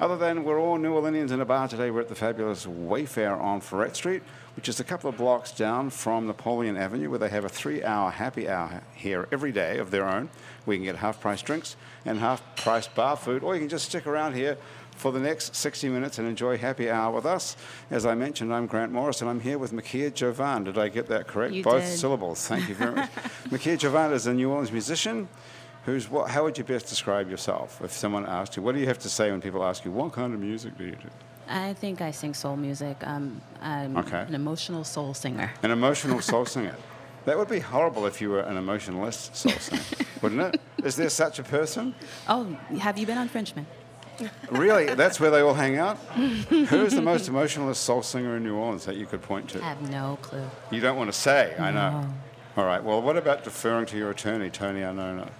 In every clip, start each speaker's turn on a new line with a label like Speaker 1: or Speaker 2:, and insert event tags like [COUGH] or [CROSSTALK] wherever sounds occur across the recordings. Speaker 1: Other than we're all New Orleanians in a bar today, we're at the fabulous Wayfair on Ferret Street, which is a couple of blocks down from Napoleon Avenue, where they have a three hour happy hour here every day of their own. We can get half price drinks and half price bar food, or you can just stick around here for the next 60 minutes and enjoy happy hour with us. As I mentioned, I'm Grant Morris and I'm here with Makia Jovan. Did I get that correct?
Speaker 2: You
Speaker 1: Both
Speaker 2: did.
Speaker 1: syllables. Thank you very much. Makia Jovan is a New Orleans musician. Who's what, how would you best describe yourself if someone asked you? What do you have to say when people ask you, what kind of music do you do?
Speaker 2: I think I sing soul music. Um, I'm
Speaker 1: Okay.
Speaker 2: an emotional soul singer.
Speaker 1: An emotional soul singer. That would be horrible if you were an emotionless soul singer, wouldn't it? Is there such a person?
Speaker 2: Oh, have you been on Frenchman?
Speaker 1: Really? That's where they all hang out? Who is the most emotionless soul singer in New Orleans that you could point to?
Speaker 2: I have no clue.
Speaker 1: You don't want to say, I know.
Speaker 2: No.
Speaker 1: All right, well, what about deferring to your attorney, Tony Anona?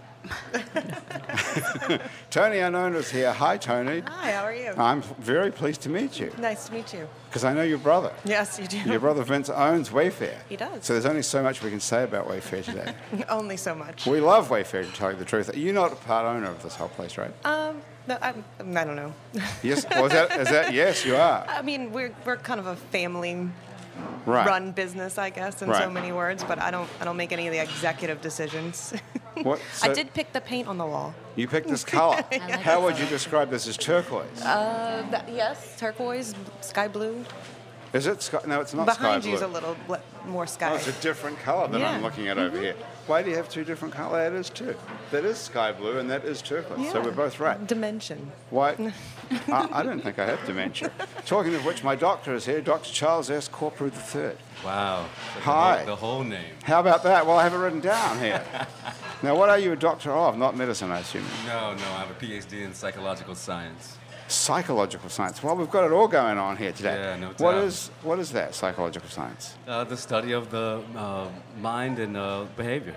Speaker 1: Tony Anona's here. Hi, Tony.
Speaker 3: Hi, how are you?
Speaker 1: I'm very pleased to meet you
Speaker 3: nice to meet you.
Speaker 1: because I know your
Speaker 3: [LAUGHS]
Speaker 1: brother.
Speaker 3: Yes, you do.
Speaker 1: Your brother Vince owns Wayfair.
Speaker 3: He does.
Speaker 1: So there's only so much we can say about Wayfair today.
Speaker 3: [LAUGHS] Only so much.
Speaker 1: we love Wayfair, to tell you the truth. You're not a part owner of this whole place, right?
Speaker 3: um, no, I'm, I don't know.
Speaker 1: Yes. Was that? Is that? Yes, you are.
Speaker 3: I mean, we're, we're kind of a family
Speaker 1: Right.
Speaker 3: run business, I guess, in
Speaker 1: Right.
Speaker 3: so many words, but I don't, I don't make any of the executive decisions. [LAUGHS]
Speaker 1: What?
Speaker 3: I
Speaker 1: so
Speaker 3: did pick the paint on the wall.
Speaker 1: You picked this
Speaker 3: [LAUGHS]
Speaker 1: color.
Speaker 2: like
Speaker 1: How
Speaker 2: the
Speaker 1: would you
Speaker 2: colour.
Speaker 1: describe this as turquoise?
Speaker 3: Uh, yes, turquoise, sky blue.
Speaker 1: is it? Sky, no, it's not
Speaker 3: Behind
Speaker 1: sky
Speaker 3: you is
Speaker 1: blue.
Speaker 3: a little bl- more
Speaker 1: Oh,
Speaker 3: sky.
Speaker 1: it's a different color than I'm
Speaker 3: Yeah. Mm-hmm.
Speaker 1: looking at over here. Why do you have two different colors? That is two. That is sky blue and that is turquoise. So
Speaker 3: Yeah.
Speaker 1: we're both right.
Speaker 3: Dimension. [LAUGHS]
Speaker 1: Why? I, I don't think I have dementia. Talking of which, my doctor is here, Dr. Charles S. Corpru III.
Speaker 4: Wow. The
Speaker 1: Hi.
Speaker 4: whole- The whole name.
Speaker 1: How about that? Well, I have it written down
Speaker 3: [LAUGHS]
Speaker 1: here. now, what are you a doctor of? Not medicine, I assume.
Speaker 4: No, no, I have a PhD in psychological science.
Speaker 1: Psychological science. Well, we've got it all going on here today.
Speaker 4: Yeah, no
Speaker 1: What
Speaker 4: doubt.
Speaker 1: is what is that psychological science?
Speaker 4: Uh, the study of the uh, mind and uh, behavior.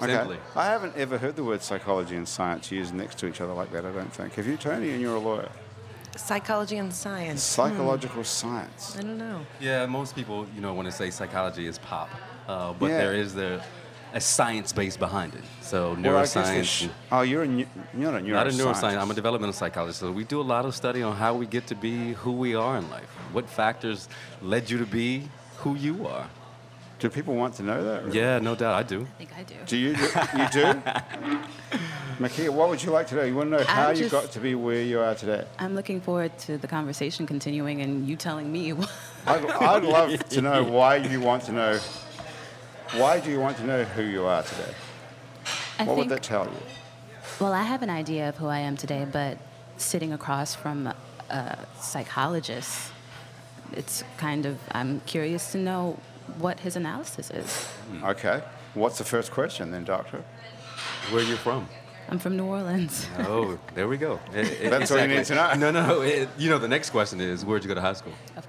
Speaker 4: Simply.
Speaker 1: I haven't ever heard the word psychology and science used next to each other like that. I don't think. Have you, Tony? And you're a lawyer.
Speaker 3: Psychology and science.
Speaker 1: Psychological science.
Speaker 3: I don't know.
Speaker 4: Yeah, most people, you know, when they say psychology is pop, uh, but
Speaker 1: Yeah.
Speaker 4: there is the a science base behind it. So
Speaker 1: Well, I guess there's-
Speaker 4: neuroscience.
Speaker 1: oh, you're a new, you're not a neuroscientist.
Speaker 4: not a neuroscience. I'm a developmental psychologist. So we do a lot of study on how we get to be who we are in life. What factors led you to be who you are?
Speaker 1: Do people want to know that?
Speaker 4: Yeah, no doubt, I do.
Speaker 2: I think I do.
Speaker 1: Do you? Do, you do?
Speaker 4: [LAUGHS]
Speaker 1: Makia, what would you like to know? You want to know how you
Speaker 2: just-
Speaker 1: got to be where you are today?
Speaker 2: I'm looking forward to the conversation continuing and you telling me. [LAUGHS] what-
Speaker 1: I'd, I'd love
Speaker 4: [LAUGHS]
Speaker 1: to know why you want to know. Why do you want to know who you are today?
Speaker 2: I
Speaker 1: What would
Speaker 2: think,
Speaker 1: that tell you?
Speaker 2: well, I have an idea of who I am today, but sitting across from a psychologist, it's kind of, I'm curious to know what his analysis is.
Speaker 4: Hmm.
Speaker 1: Okay. What's the first question then, Doctor?
Speaker 4: Where are you from?
Speaker 2: I'm from
Speaker 1: [LAUGHS]
Speaker 2: New Orleans.
Speaker 4: Oh, there we go. I- I-
Speaker 1: That's all you need to know.
Speaker 4: No, no. It, you know, the next question is where'd you go to high school?
Speaker 2: Of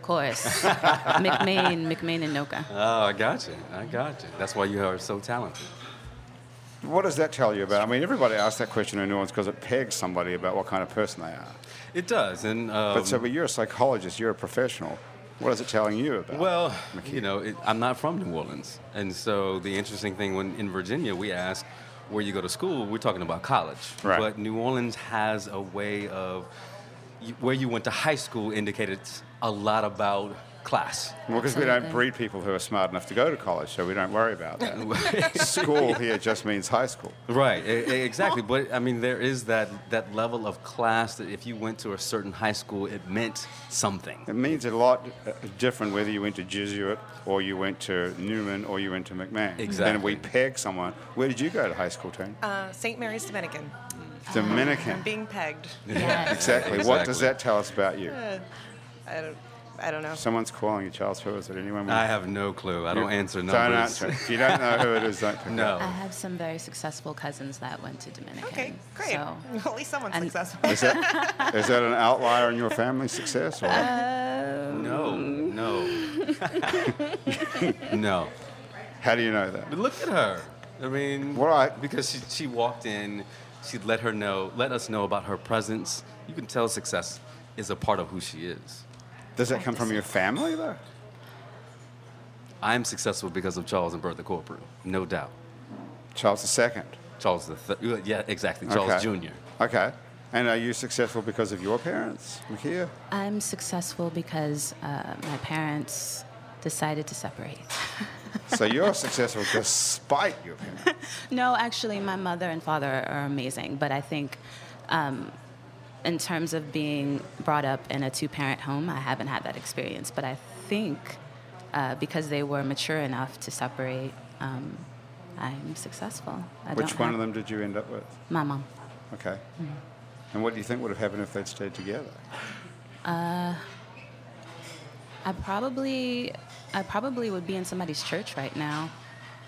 Speaker 1: [LAUGHS]
Speaker 2: course. McMaine, McMaine and Noka.
Speaker 4: Oh, I got you. I got you. That's why you are so talented.
Speaker 1: What does that tell you about? I mean, everybody asks that question in nuance because it pegs somebody about what kind of person they are.
Speaker 4: It does. And um,
Speaker 1: But so, but you're a psychologist. You're a professional. What is it telling you about?
Speaker 4: well, you know, it, I'm not from New Orleans, and so the interesting thing when in Virginia we ask where you go to school, we're talking about college.
Speaker 1: Right.
Speaker 4: But New Orleans has a way of you- where you went to high school indicated a lot about class.
Speaker 1: Well, because we don't
Speaker 2: Absolutely.
Speaker 1: breed people who are smart enough to go to college, so we don't worry about
Speaker 4: [LAUGHS]
Speaker 1: that. school here just means high school.
Speaker 4: Right,
Speaker 1: [LAUGHS]
Speaker 4: e- e- exactly. but I mean, there is that that level of class that if you went to a certain high school, it meant something.
Speaker 1: It means a lot uh, different whether you went to Jesuit or you went to Newman or you went to McMahon. And we
Speaker 4: Exactly.
Speaker 1: peg someone. Where did you go to high school, Tony?
Speaker 3: Uh, St. Mary's Dominican.
Speaker 1: Dominican.
Speaker 3: I'm being pegged.
Speaker 2: Yes.
Speaker 1: Exactly. What does
Speaker 4: Exactly.
Speaker 1: that tell us about you?
Speaker 3: I don't, I don't know.
Speaker 1: Someone's calling your child's who is it? Anyone?
Speaker 4: I have no clue. I don't answer
Speaker 1: Don't
Speaker 4: numbers.
Speaker 1: answer. If you don't know who it is, don't pick up.
Speaker 4: [LAUGHS] No.
Speaker 2: I have some very successful cousins that went to Dominican.
Speaker 3: Okay, great.
Speaker 2: So,
Speaker 3: [LAUGHS] At least someone's
Speaker 2: and-
Speaker 3: successful.
Speaker 1: Is that, is that an outlier in your family success? Or? Um, [LAUGHS]
Speaker 4: No, no, [LAUGHS] no.
Speaker 1: How do you know that?
Speaker 4: But look at her. I mean,
Speaker 1: Why?
Speaker 4: Because she, she walked in, she let her know, let us know about her presence. You can tell success is a part of who she is.
Speaker 1: Does that come from your family, though?
Speaker 4: I am successful because of Charles and Bertha Corcoran, no doubt.
Speaker 1: Charles II.
Speaker 4: Charles the third, yeah, exactly, Charles
Speaker 1: okay.
Speaker 4: Jr.
Speaker 1: Okay. And are you successful because of your parents, Makia?
Speaker 2: I'm successful because uh, my parents decided to separate. [LAUGHS]
Speaker 1: So you're successful despite your parents.
Speaker 2: No, actually, my mother and father are amazing, but I think um, in terms of being brought up in a two parent home, I haven't had that experience. But I think uh, because they were mature enough to separate, um, I'm successful. I
Speaker 1: Which
Speaker 2: don't
Speaker 1: one of
Speaker 2: have-
Speaker 1: them did you end up with?
Speaker 2: My mom.
Speaker 1: Okay.
Speaker 2: Mm-hmm.
Speaker 1: And what do you think would have happened if they'd stayed together?
Speaker 2: I probably, I probably would be in somebody's church right now,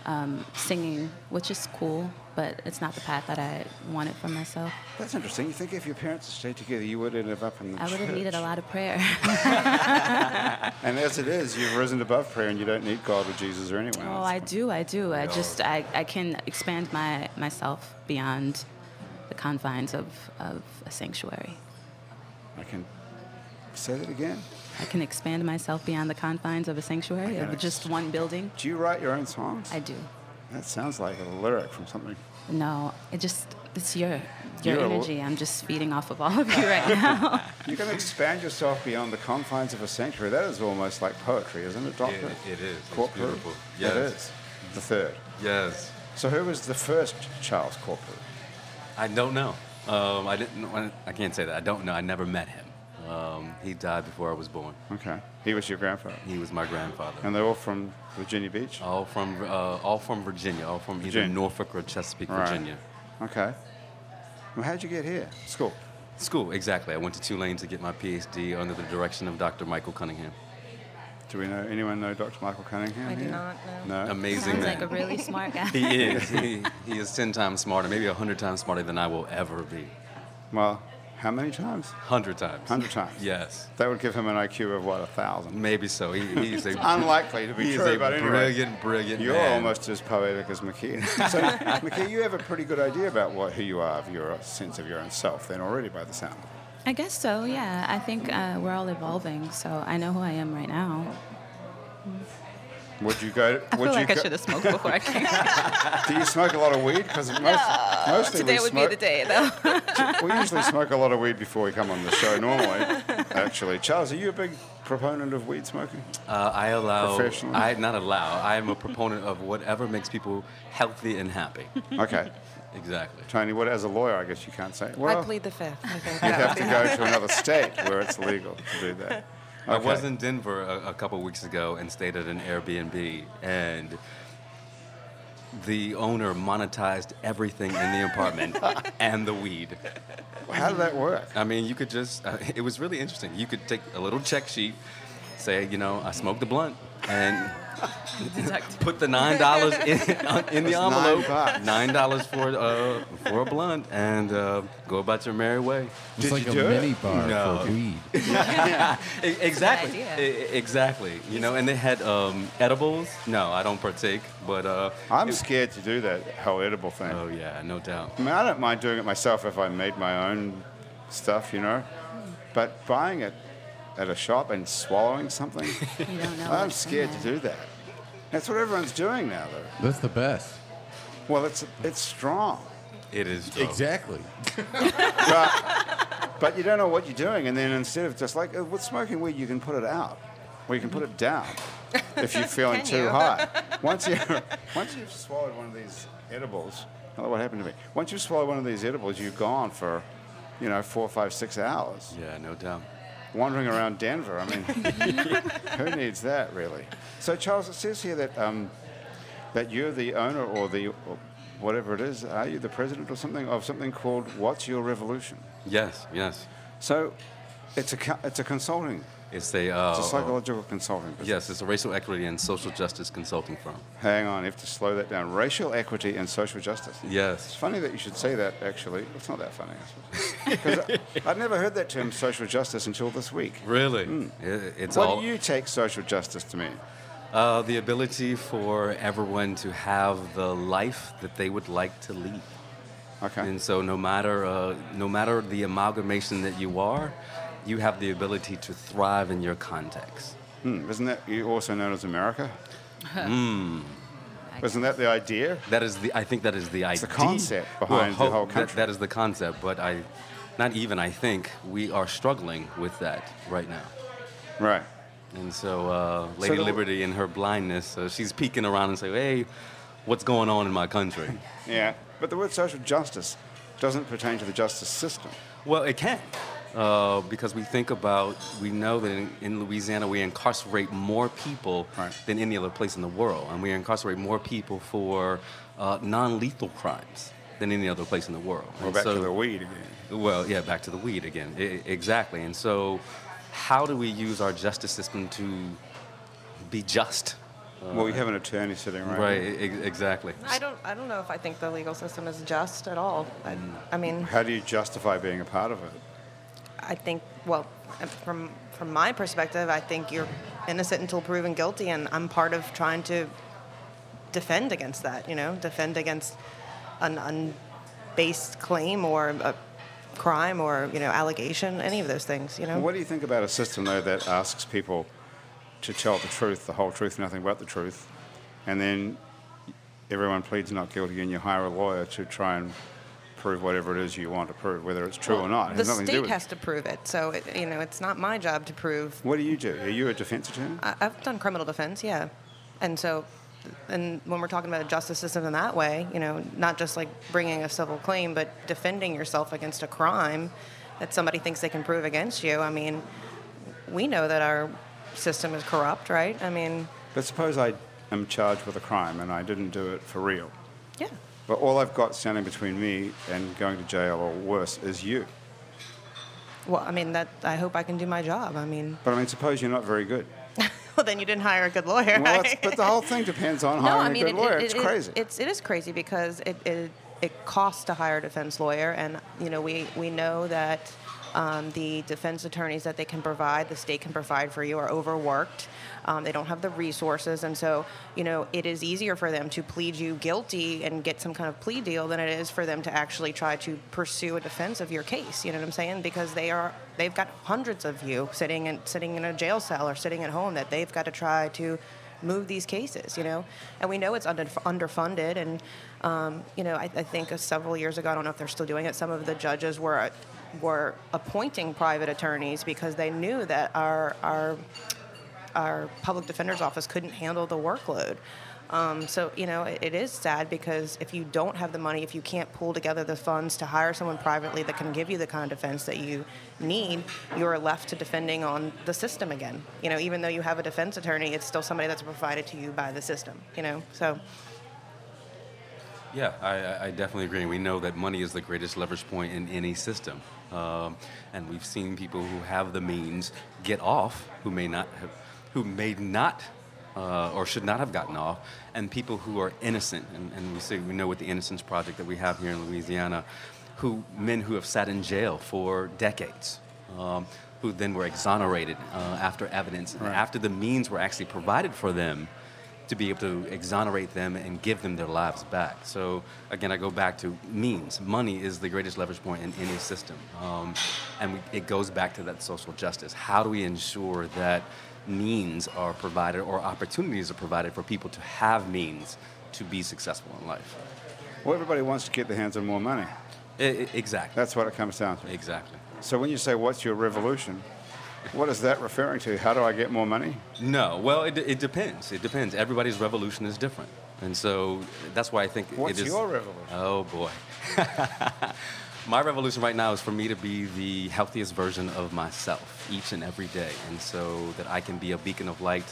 Speaker 2: um, singing, which is cool, but it's not the path that I wanted for myself.
Speaker 1: That's interesting. You think if your parents had stayed together, you would end up in the
Speaker 2: I would have needed a
Speaker 1: church.
Speaker 2: lot of prayer. [LAUGHS]
Speaker 1: And as it is, you've risen above prayer and you don't need God or Jesus or anyone
Speaker 2: oh,
Speaker 1: else.
Speaker 2: I do, I do. I just, I, I can expand my myself beyond the confines of, of a sanctuary.
Speaker 1: I can say that again.
Speaker 2: I can expand myself beyond the confines of a sanctuary
Speaker 1: can
Speaker 2: of just one building.
Speaker 1: Do you write your own songs?
Speaker 2: I do.
Speaker 1: That sounds like a lyric from something.
Speaker 2: No, it just, it's your, your
Speaker 1: You're a-
Speaker 2: energy. I'm just feeding off of all of you right now.
Speaker 1: You can expand yourself beyond the confines of a sanctuary. That is almost like poetry, isn't it, Doctor?
Speaker 4: It- it is. It's
Speaker 1: Corporal.
Speaker 4: beautiful.
Speaker 1: It
Speaker 4: Yes.
Speaker 1: is. The third.
Speaker 4: Yes.
Speaker 1: So who was the first Charles Corporal?
Speaker 4: I don't know. Um, I didn't. know- I can't say that. I don't know. I never met him. Um, he died before I was born.
Speaker 1: Okay. He was your grandfather.
Speaker 4: He was my grandfather.
Speaker 1: And they're all from Virginia Beach?
Speaker 4: All from uh, all from Virginia, all from
Speaker 1: Virginia.
Speaker 4: either Norfolk or Chesapeake,
Speaker 1: Right.
Speaker 4: Virginia.
Speaker 1: Okay. Well, how'd you get here? School.
Speaker 4: School, exactly. I went to Tulane to get my PhD under the direction of Dr. Michael Cunningham.
Speaker 1: Do we know anyone know Dr. Michael Cunningham?
Speaker 3: I do
Speaker 1: here?
Speaker 3: not know.
Speaker 1: No.
Speaker 4: Amazing
Speaker 2: Sounds
Speaker 4: man.
Speaker 2: like a really smart guy.
Speaker 4: he is. [LAUGHS] he, he is ten times smarter, maybe hundred times smarter than I will ever be.
Speaker 1: Well, how many times?
Speaker 4: Hundred times. [LAUGHS]
Speaker 1: 100 times.
Speaker 4: Yes,
Speaker 1: That would give him an IQ of what, a thousand?
Speaker 4: maybe so. He, he's
Speaker 1: [LAUGHS]
Speaker 4: a
Speaker 1: Unlikely to be
Speaker 4: He is
Speaker 1: true,
Speaker 4: a
Speaker 1: but anyway.
Speaker 4: brilliant, brilliant
Speaker 1: You're
Speaker 4: man.
Speaker 1: almost as poetic as McKee. [LAUGHS] So, McKee, you have a pretty good idea about what who you are, of your sense of your own self, then already by the sound. of it.
Speaker 2: I guess so, yeah. I think uh, we're all evolving, so I know who I am right now.
Speaker 1: Would you go?
Speaker 2: I
Speaker 1: would you
Speaker 2: feel like I
Speaker 1: go-
Speaker 2: should have smoked before
Speaker 1: [LAUGHS]
Speaker 2: I came.
Speaker 1: Do you smoke a lot of weed? Because most, mostly we
Speaker 2: Today would
Speaker 1: smoke,
Speaker 2: be the day, though.
Speaker 1: [LAUGHS] We usually smoke a lot of weed before we come on the show. Normally, actually, Charles, are you a big proponent of weed smoking?
Speaker 4: Uh, I allow.
Speaker 1: Professionally.
Speaker 4: I not allow. I am a proponent of whatever makes people healthy and happy.
Speaker 1: Okay,
Speaker 4: Exactly.
Speaker 1: Tony. What as a lawyer, I guess you can't say. Well,
Speaker 3: I plead the fifth. I think
Speaker 1: you'd
Speaker 3: that
Speaker 1: have
Speaker 3: would
Speaker 1: to
Speaker 3: be-
Speaker 1: go to another state where it's legal to do that.
Speaker 4: I
Speaker 1: Okay.
Speaker 4: was in Denver a, a couple weeks ago and stayed at an Airbnb, and the owner monetized everything in the apartment and the weed.
Speaker 1: How did that work?
Speaker 4: I mean, you could just, [LAUGHS] uh, it was really interesting. You could take a little check sheet, say, you know, I smoked a blunt, [LAUGHS] and [LAUGHS] put the $9 [LAUGHS] in, in the
Speaker 1: That's nine
Speaker 4: envelope.
Speaker 1: bucks.
Speaker 4: $9 for, uh, for a blunt, and uh, go about your merry way.
Speaker 1: Did
Speaker 5: It's like
Speaker 1: you
Speaker 5: a
Speaker 1: do it?
Speaker 5: mini bar
Speaker 4: No.
Speaker 5: for weed.
Speaker 4: E- exactly.
Speaker 2: idea.
Speaker 4: E- e- exactly. You know, and they had um, edibles. No, I don't partake, but. Uh,
Speaker 1: I'm
Speaker 4: it-
Speaker 1: scared to do that whole edible thing.
Speaker 4: Oh, yeah, no doubt.
Speaker 1: I mean, I don't mind doing it myself if I made my own stuff, you know. But buying it at a shop and swallowing
Speaker 3: [LAUGHS]
Speaker 1: something,
Speaker 2: [LAUGHS] You don't know.
Speaker 1: I'm
Speaker 2: what's in
Speaker 1: scared to
Speaker 2: there.
Speaker 1: do that. That's what everyone's doing now, though.
Speaker 5: That's
Speaker 1: [LAUGHS]
Speaker 5: the best.
Speaker 1: Well, it's it's strong,
Speaker 4: It is. dope.
Speaker 5: Exactly.
Speaker 1: but, but you don't know what you're doing. And then instead of just like uh, with smoking weed, you can put it out, or you can put it down if you're feeling
Speaker 3: [LAUGHS] Can
Speaker 1: too
Speaker 3: you? [LAUGHS]
Speaker 1: high. Once you once you've swallowed one of these edibles, I don't know what happened to me. Once you swallow one of these edibles, you're gone for, you know, four, five, six hours.
Speaker 4: Yeah, no doubt.
Speaker 1: wandering around Denver. I mean, who needs that really? So Charles, it says here that um, that you're the owner or the or whatever it is. Are you the president or something of something called What's Your Revolution?
Speaker 4: Yes, yes.
Speaker 1: So It's a co- it's a consulting.
Speaker 4: It's a, uh,
Speaker 1: It's a psychological consulting. business.
Speaker 4: yes, it's a racial equity and social justice consulting firm.
Speaker 1: Hang on, you have to slow that down. Racial equity and social justice. It's
Speaker 4: Yes.
Speaker 1: funny that you should say that, actually. It's not that funny, I suppose. Because I'd never heard that term social justice until this week.
Speaker 4: Really? It- it's
Speaker 1: Mm. What
Speaker 4: all
Speaker 1: do you take social justice to mean?
Speaker 4: uh, the ability for everyone to have the life that they would like to lead.
Speaker 1: Okay.
Speaker 4: And so, no matter uh, no matter the amalgamation that you are, you have the ability to thrive in your context.
Speaker 1: Hmm, isn't that you also known as America? Hmm. Isn't that the idea?
Speaker 4: That is the I think that is the idea.
Speaker 1: the concept behind the
Speaker 4: ho-
Speaker 1: whole
Speaker 4: that-
Speaker 1: country.
Speaker 4: that is the concept, but I, not even I think we are struggling with that right now.
Speaker 1: Right.
Speaker 4: And so, uh, Lady
Speaker 1: the-
Speaker 4: Liberty in her blindness, uh, she's peeking around and saying, "Hey, what's going on in my country?"
Speaker 1: [LAUGHS] Yeah. But the word social justice doesn't pertain to the justice system.
Speaker 4: well, it can, uh, because we think about, we know that in, in Louisiana we incarcerate more people
Speaker 1: Right.
Speaker 4: than any other place in the world, and we incarcerate more people for uh, non-lethal crimes than any other place in the world.
Speaker 1: We're
Speaker 4: And
Speaker 1: back to
Speaker 4: so-
Speaker 1: the weed again.
Speaker 4: Well, yeah, back to the weed again. I- exactly. And so, how do we use our justice system to be just?
Speaker 1: well, we have an attorney sitting right.
Speaker 4: Right, e- exactly.
Speaker 3: I don't, I don't know if I think the legal system is just at all. I, I mean,
Speaker 1: How do you justify being a part of it?
Speaker 3: I think, well, from from my perspective, I think you're innocent until proven guilty, and I'm part of trying to defend against that. You know, defend against an unbased claim or a crime or you know allegation, any of those things. You know,
Speaker 1: What do you think about a system, though, that asks people to tell the truth, the whole truth, nothing but the truth, and then everyone pleads not guilty and you hire a lawyer to try and prove whatever it is you want to prove, whether it's true or not? It
Speaker 3: the
Speaker 1: has nothing to do
Speaker 3: state
Speaker 1: with
Speaker 3: has
Speaker 1: it.
Speaker 3: to prove it. So it, you know, it's not my job to prove
Speaker 1: What do you do? Are you a defense attorney?
Speaker 3: I- I've done criminal defense, yeah. And so, and when we're talking about a justice system in that way, you know, not just like bringing a civil claim, but defending yourself against a crime that somebody thinks they can prove against you. I mean, we know that our system is corrupt, right? I mean,
Speaker 1: But suppose I am charged with a crime and I didn't do it for real.
Speaker 3: yeah.
Speaker 1: But all I've got standing between me and going to jail or worse is you.
Speaker 3: Well, I mean, that I hope I can do my job. I mean, [LAUGHS]
Speaker 1: But I mean, suppose you're not very good.
Speaker 3: well, then you didn't hire a good lawyer.
Speaker 1: Well,
Speaker 3: right?
Speaker 1: that's, but the whole thing depends on
Speaker 3: [LAUGHS] No,
Speaker 1: hiring
Speaker 3: I mean,
Speaker 1: a good
Speaker 3: it-
Speaker 1: lawyer.
Speaker 3: it-
Speaker 1: it's
Speaker 3: it-
Speaker 1: crazy.
Speaker 3: It's it is crazy because it it, it costs to hire a defense lawyer, and you know we we know that. Um, the defense attorneys that they can provide, the state can provide for you, are overworked. Um, they don't have the resources, and so you know it is easier for them to plead you guilty and get some kind of plea deal than it is for them to actually try to pursue a defense of your case. You know what I'm saying? Because they are they've got hundreds of you sitting in sitting in a jail cell or sitting at home that they've got to try to move these cases, you know? And we know it's under, underfunded. And, um, you know, I, I think several years ago, I don't know if they're still doing it, some of the judges were were appointing private attorneys because they knew that our, our, our public defender's office couldn't handle the workload. Um, so, you know, it, it is sad because if you don't have the money, if you can't pull together the funds to hire someone privately that can give you the kind of defense that you need, you're left to defending on the system again. You know, even though you have a defense attorney, it's still somebody that's provided to you by the system, you know? So,
Speaker 4: Yeah, I- I, I definitely agree. We know that money is the greatest leverage point in any system. Um, and we've seen people who have the means get off who may not have, who may not uh, or should not have gotten off, and people who are innocent. And, and we see, we know with the Innocence Project that we have here in Louisiana, who men who have sat in jail for decades. Um, who then were exonerated uh, after evidence, after the means were actually provided for them to be able to exonerate them and give them their lives back. So again, I go back to means. Money is the greatest leverage point in any system, um, and we, it goes back to that social justice. How do we ensure that means are provided or opportunities are provided for people to have means to be successful in life?
Speaker 1: well, everybody wants to get their hands on more money.
Speaker 4: I- I- e, exactly.
Speaker 1: That's what it comes down to.
Speaker 4: Exactly.
Speaker 1: So when you say, "What's your revolution?" What is that referring to? How do I get more money?
Speaker 4: No. Well, it, it depends. It depends. Everybody's revolution is different, and so that's why I think
Speaker 1: What's
Speaker 4: it is.
Speaker 1: your revolution?
Speaker 4: Oh boy. [LAUGHS] My revolution right now is for me to be the healthiest version of myself each and every day, and so that I can be a beacon of light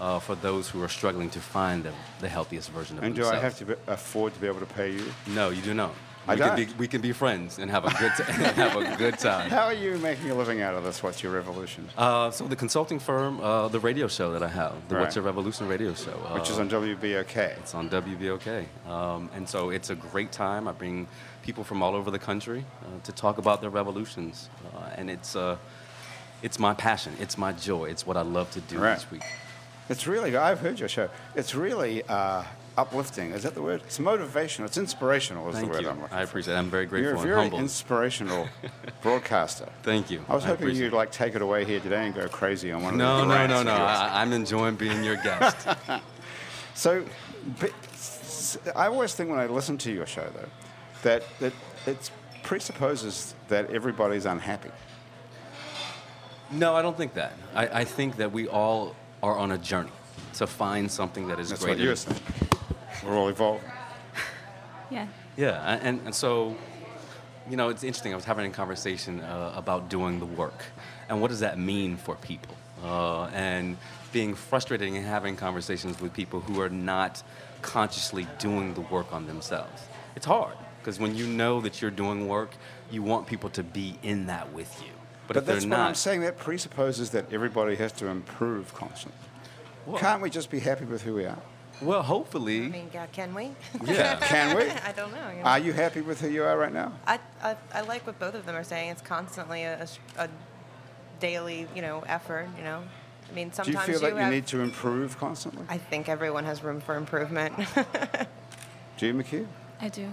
Speaker 4: uh, for those who are struggling to find the, the healthiest version of
Speaker 1: And do
Speaker 4: themselves.
Speaker 1: I have to be, afford to be able to pay you?
Speaker 4: No, you do not.
Speaker 1: I
Speaker 4: we can,
Speaker 1: don't.
Speaker 4: be, we can be friends and have a good, t- [LAUGHS] and have a good time.
Speaker 1: How are you making a living out of this? What's your revolution?
Speaker 4: Uh, so the consulting firm, uh, the radio show that I have, the
Speaker 1: Right.
Speaker 4: What's Your Revolution radio show, uh,
Speaker 1: Which is on WBOK.
Speaker 4: it's on WBOK, um, and so it's a great time. I bring people from all over the country uh, to talk about their revolutions, uh, and it's uh, it's my passion, it's my joy, it's what I love to do
Speaker 1: Right.
Speaker 4: each week.
Speaker 1: It's really, I've heard your show. It's really uh, uplifting. Is that the word? It's motivational. It's inspirational, is
Speaker 4: Thank
Speaker 1: the word
Speaker 4: you.
Speaker 1: I'm looking
Speaker 4: I appreciate it. I'm very
Speaker 1: for. You're a
Speaker 4: grateful and
Speaker 1: very
Speaker 4: humbled. [LAUGHS]
Speaker 1: inspirational broadcaster.
Speaker 4: Thank you.
Speaker 1: I was hoping
Speaker 4: appreciate
Speaker 1: you'd like take it away here today and go crazy on one
Speaker 4: it.
Speaker 1: of
Speaker 4: No,
Speaker 1: these
Speaker 4: no,
Speaker 1: rants
Speaker 4: no,
Speaker 1: of
Speaker 4: no.
Speaker 1: yours.
Speaker 4: I, I'm enjoying being your
Speaker 1: [LAUGHS]
Speaker 4: guest.
Speaker 1: So, but s- I always think when I listen to your show, though, that, that it presupposes that everybody's unhappy.
Speaker 4: no, I don't think that. I, I think that we all are on a journey to find something that is
Speaker 1: That's
Speaker 4: greater.
Speaker 1: what you were saying. We're all evolving.
Speaker 2: Yeah.
Speaker 4: Yeah, a- and, and so, you know, it's interesting. I was having a conversation uh, about doing the work and what does that mean for people? Uh, and being frustrated and having conversations with people who are not consciously doing the work on themselves. It's hard because when you know that you're doing work, you want people to be in that with you. But,
Speaker 1: But
Speaker 4: if they're
Speaker 1: that's what
Speaker 4: not,
Speaker 1: I'm saying. That presupposes that everybody has to improve constantly.
Speaker 4: Well-
Speaker 1: Can't we just be happy with who we are?
Speaker 4: well,
Speaker 3: I
Speaker 4: hopefully,
Speaker 3: mean, yeah,
Speaker 1: [LAUGHS]
Speaker 3: can we?
Speaker 4: yeah.
Speaker 1: Can we?
Speaker 3: [LAUGHS] I don't know. You know?
Speaker 1: Are you happy with who you are right now?
Speaker 3: I, I, I like what both of them are saying. It's constantly a, a sh- a daily, you know, effort. You know, I mean,
Speaker 1: Do you
Speaker 3: sometimes
Speaker 1: feel that you
Speaker 3: have,
Speaker 1: need to improve constantly?
Speaker 3: I think everyone has room for improvement.
Speaker 1: Do you, McHugh?
Speaker 2: I do.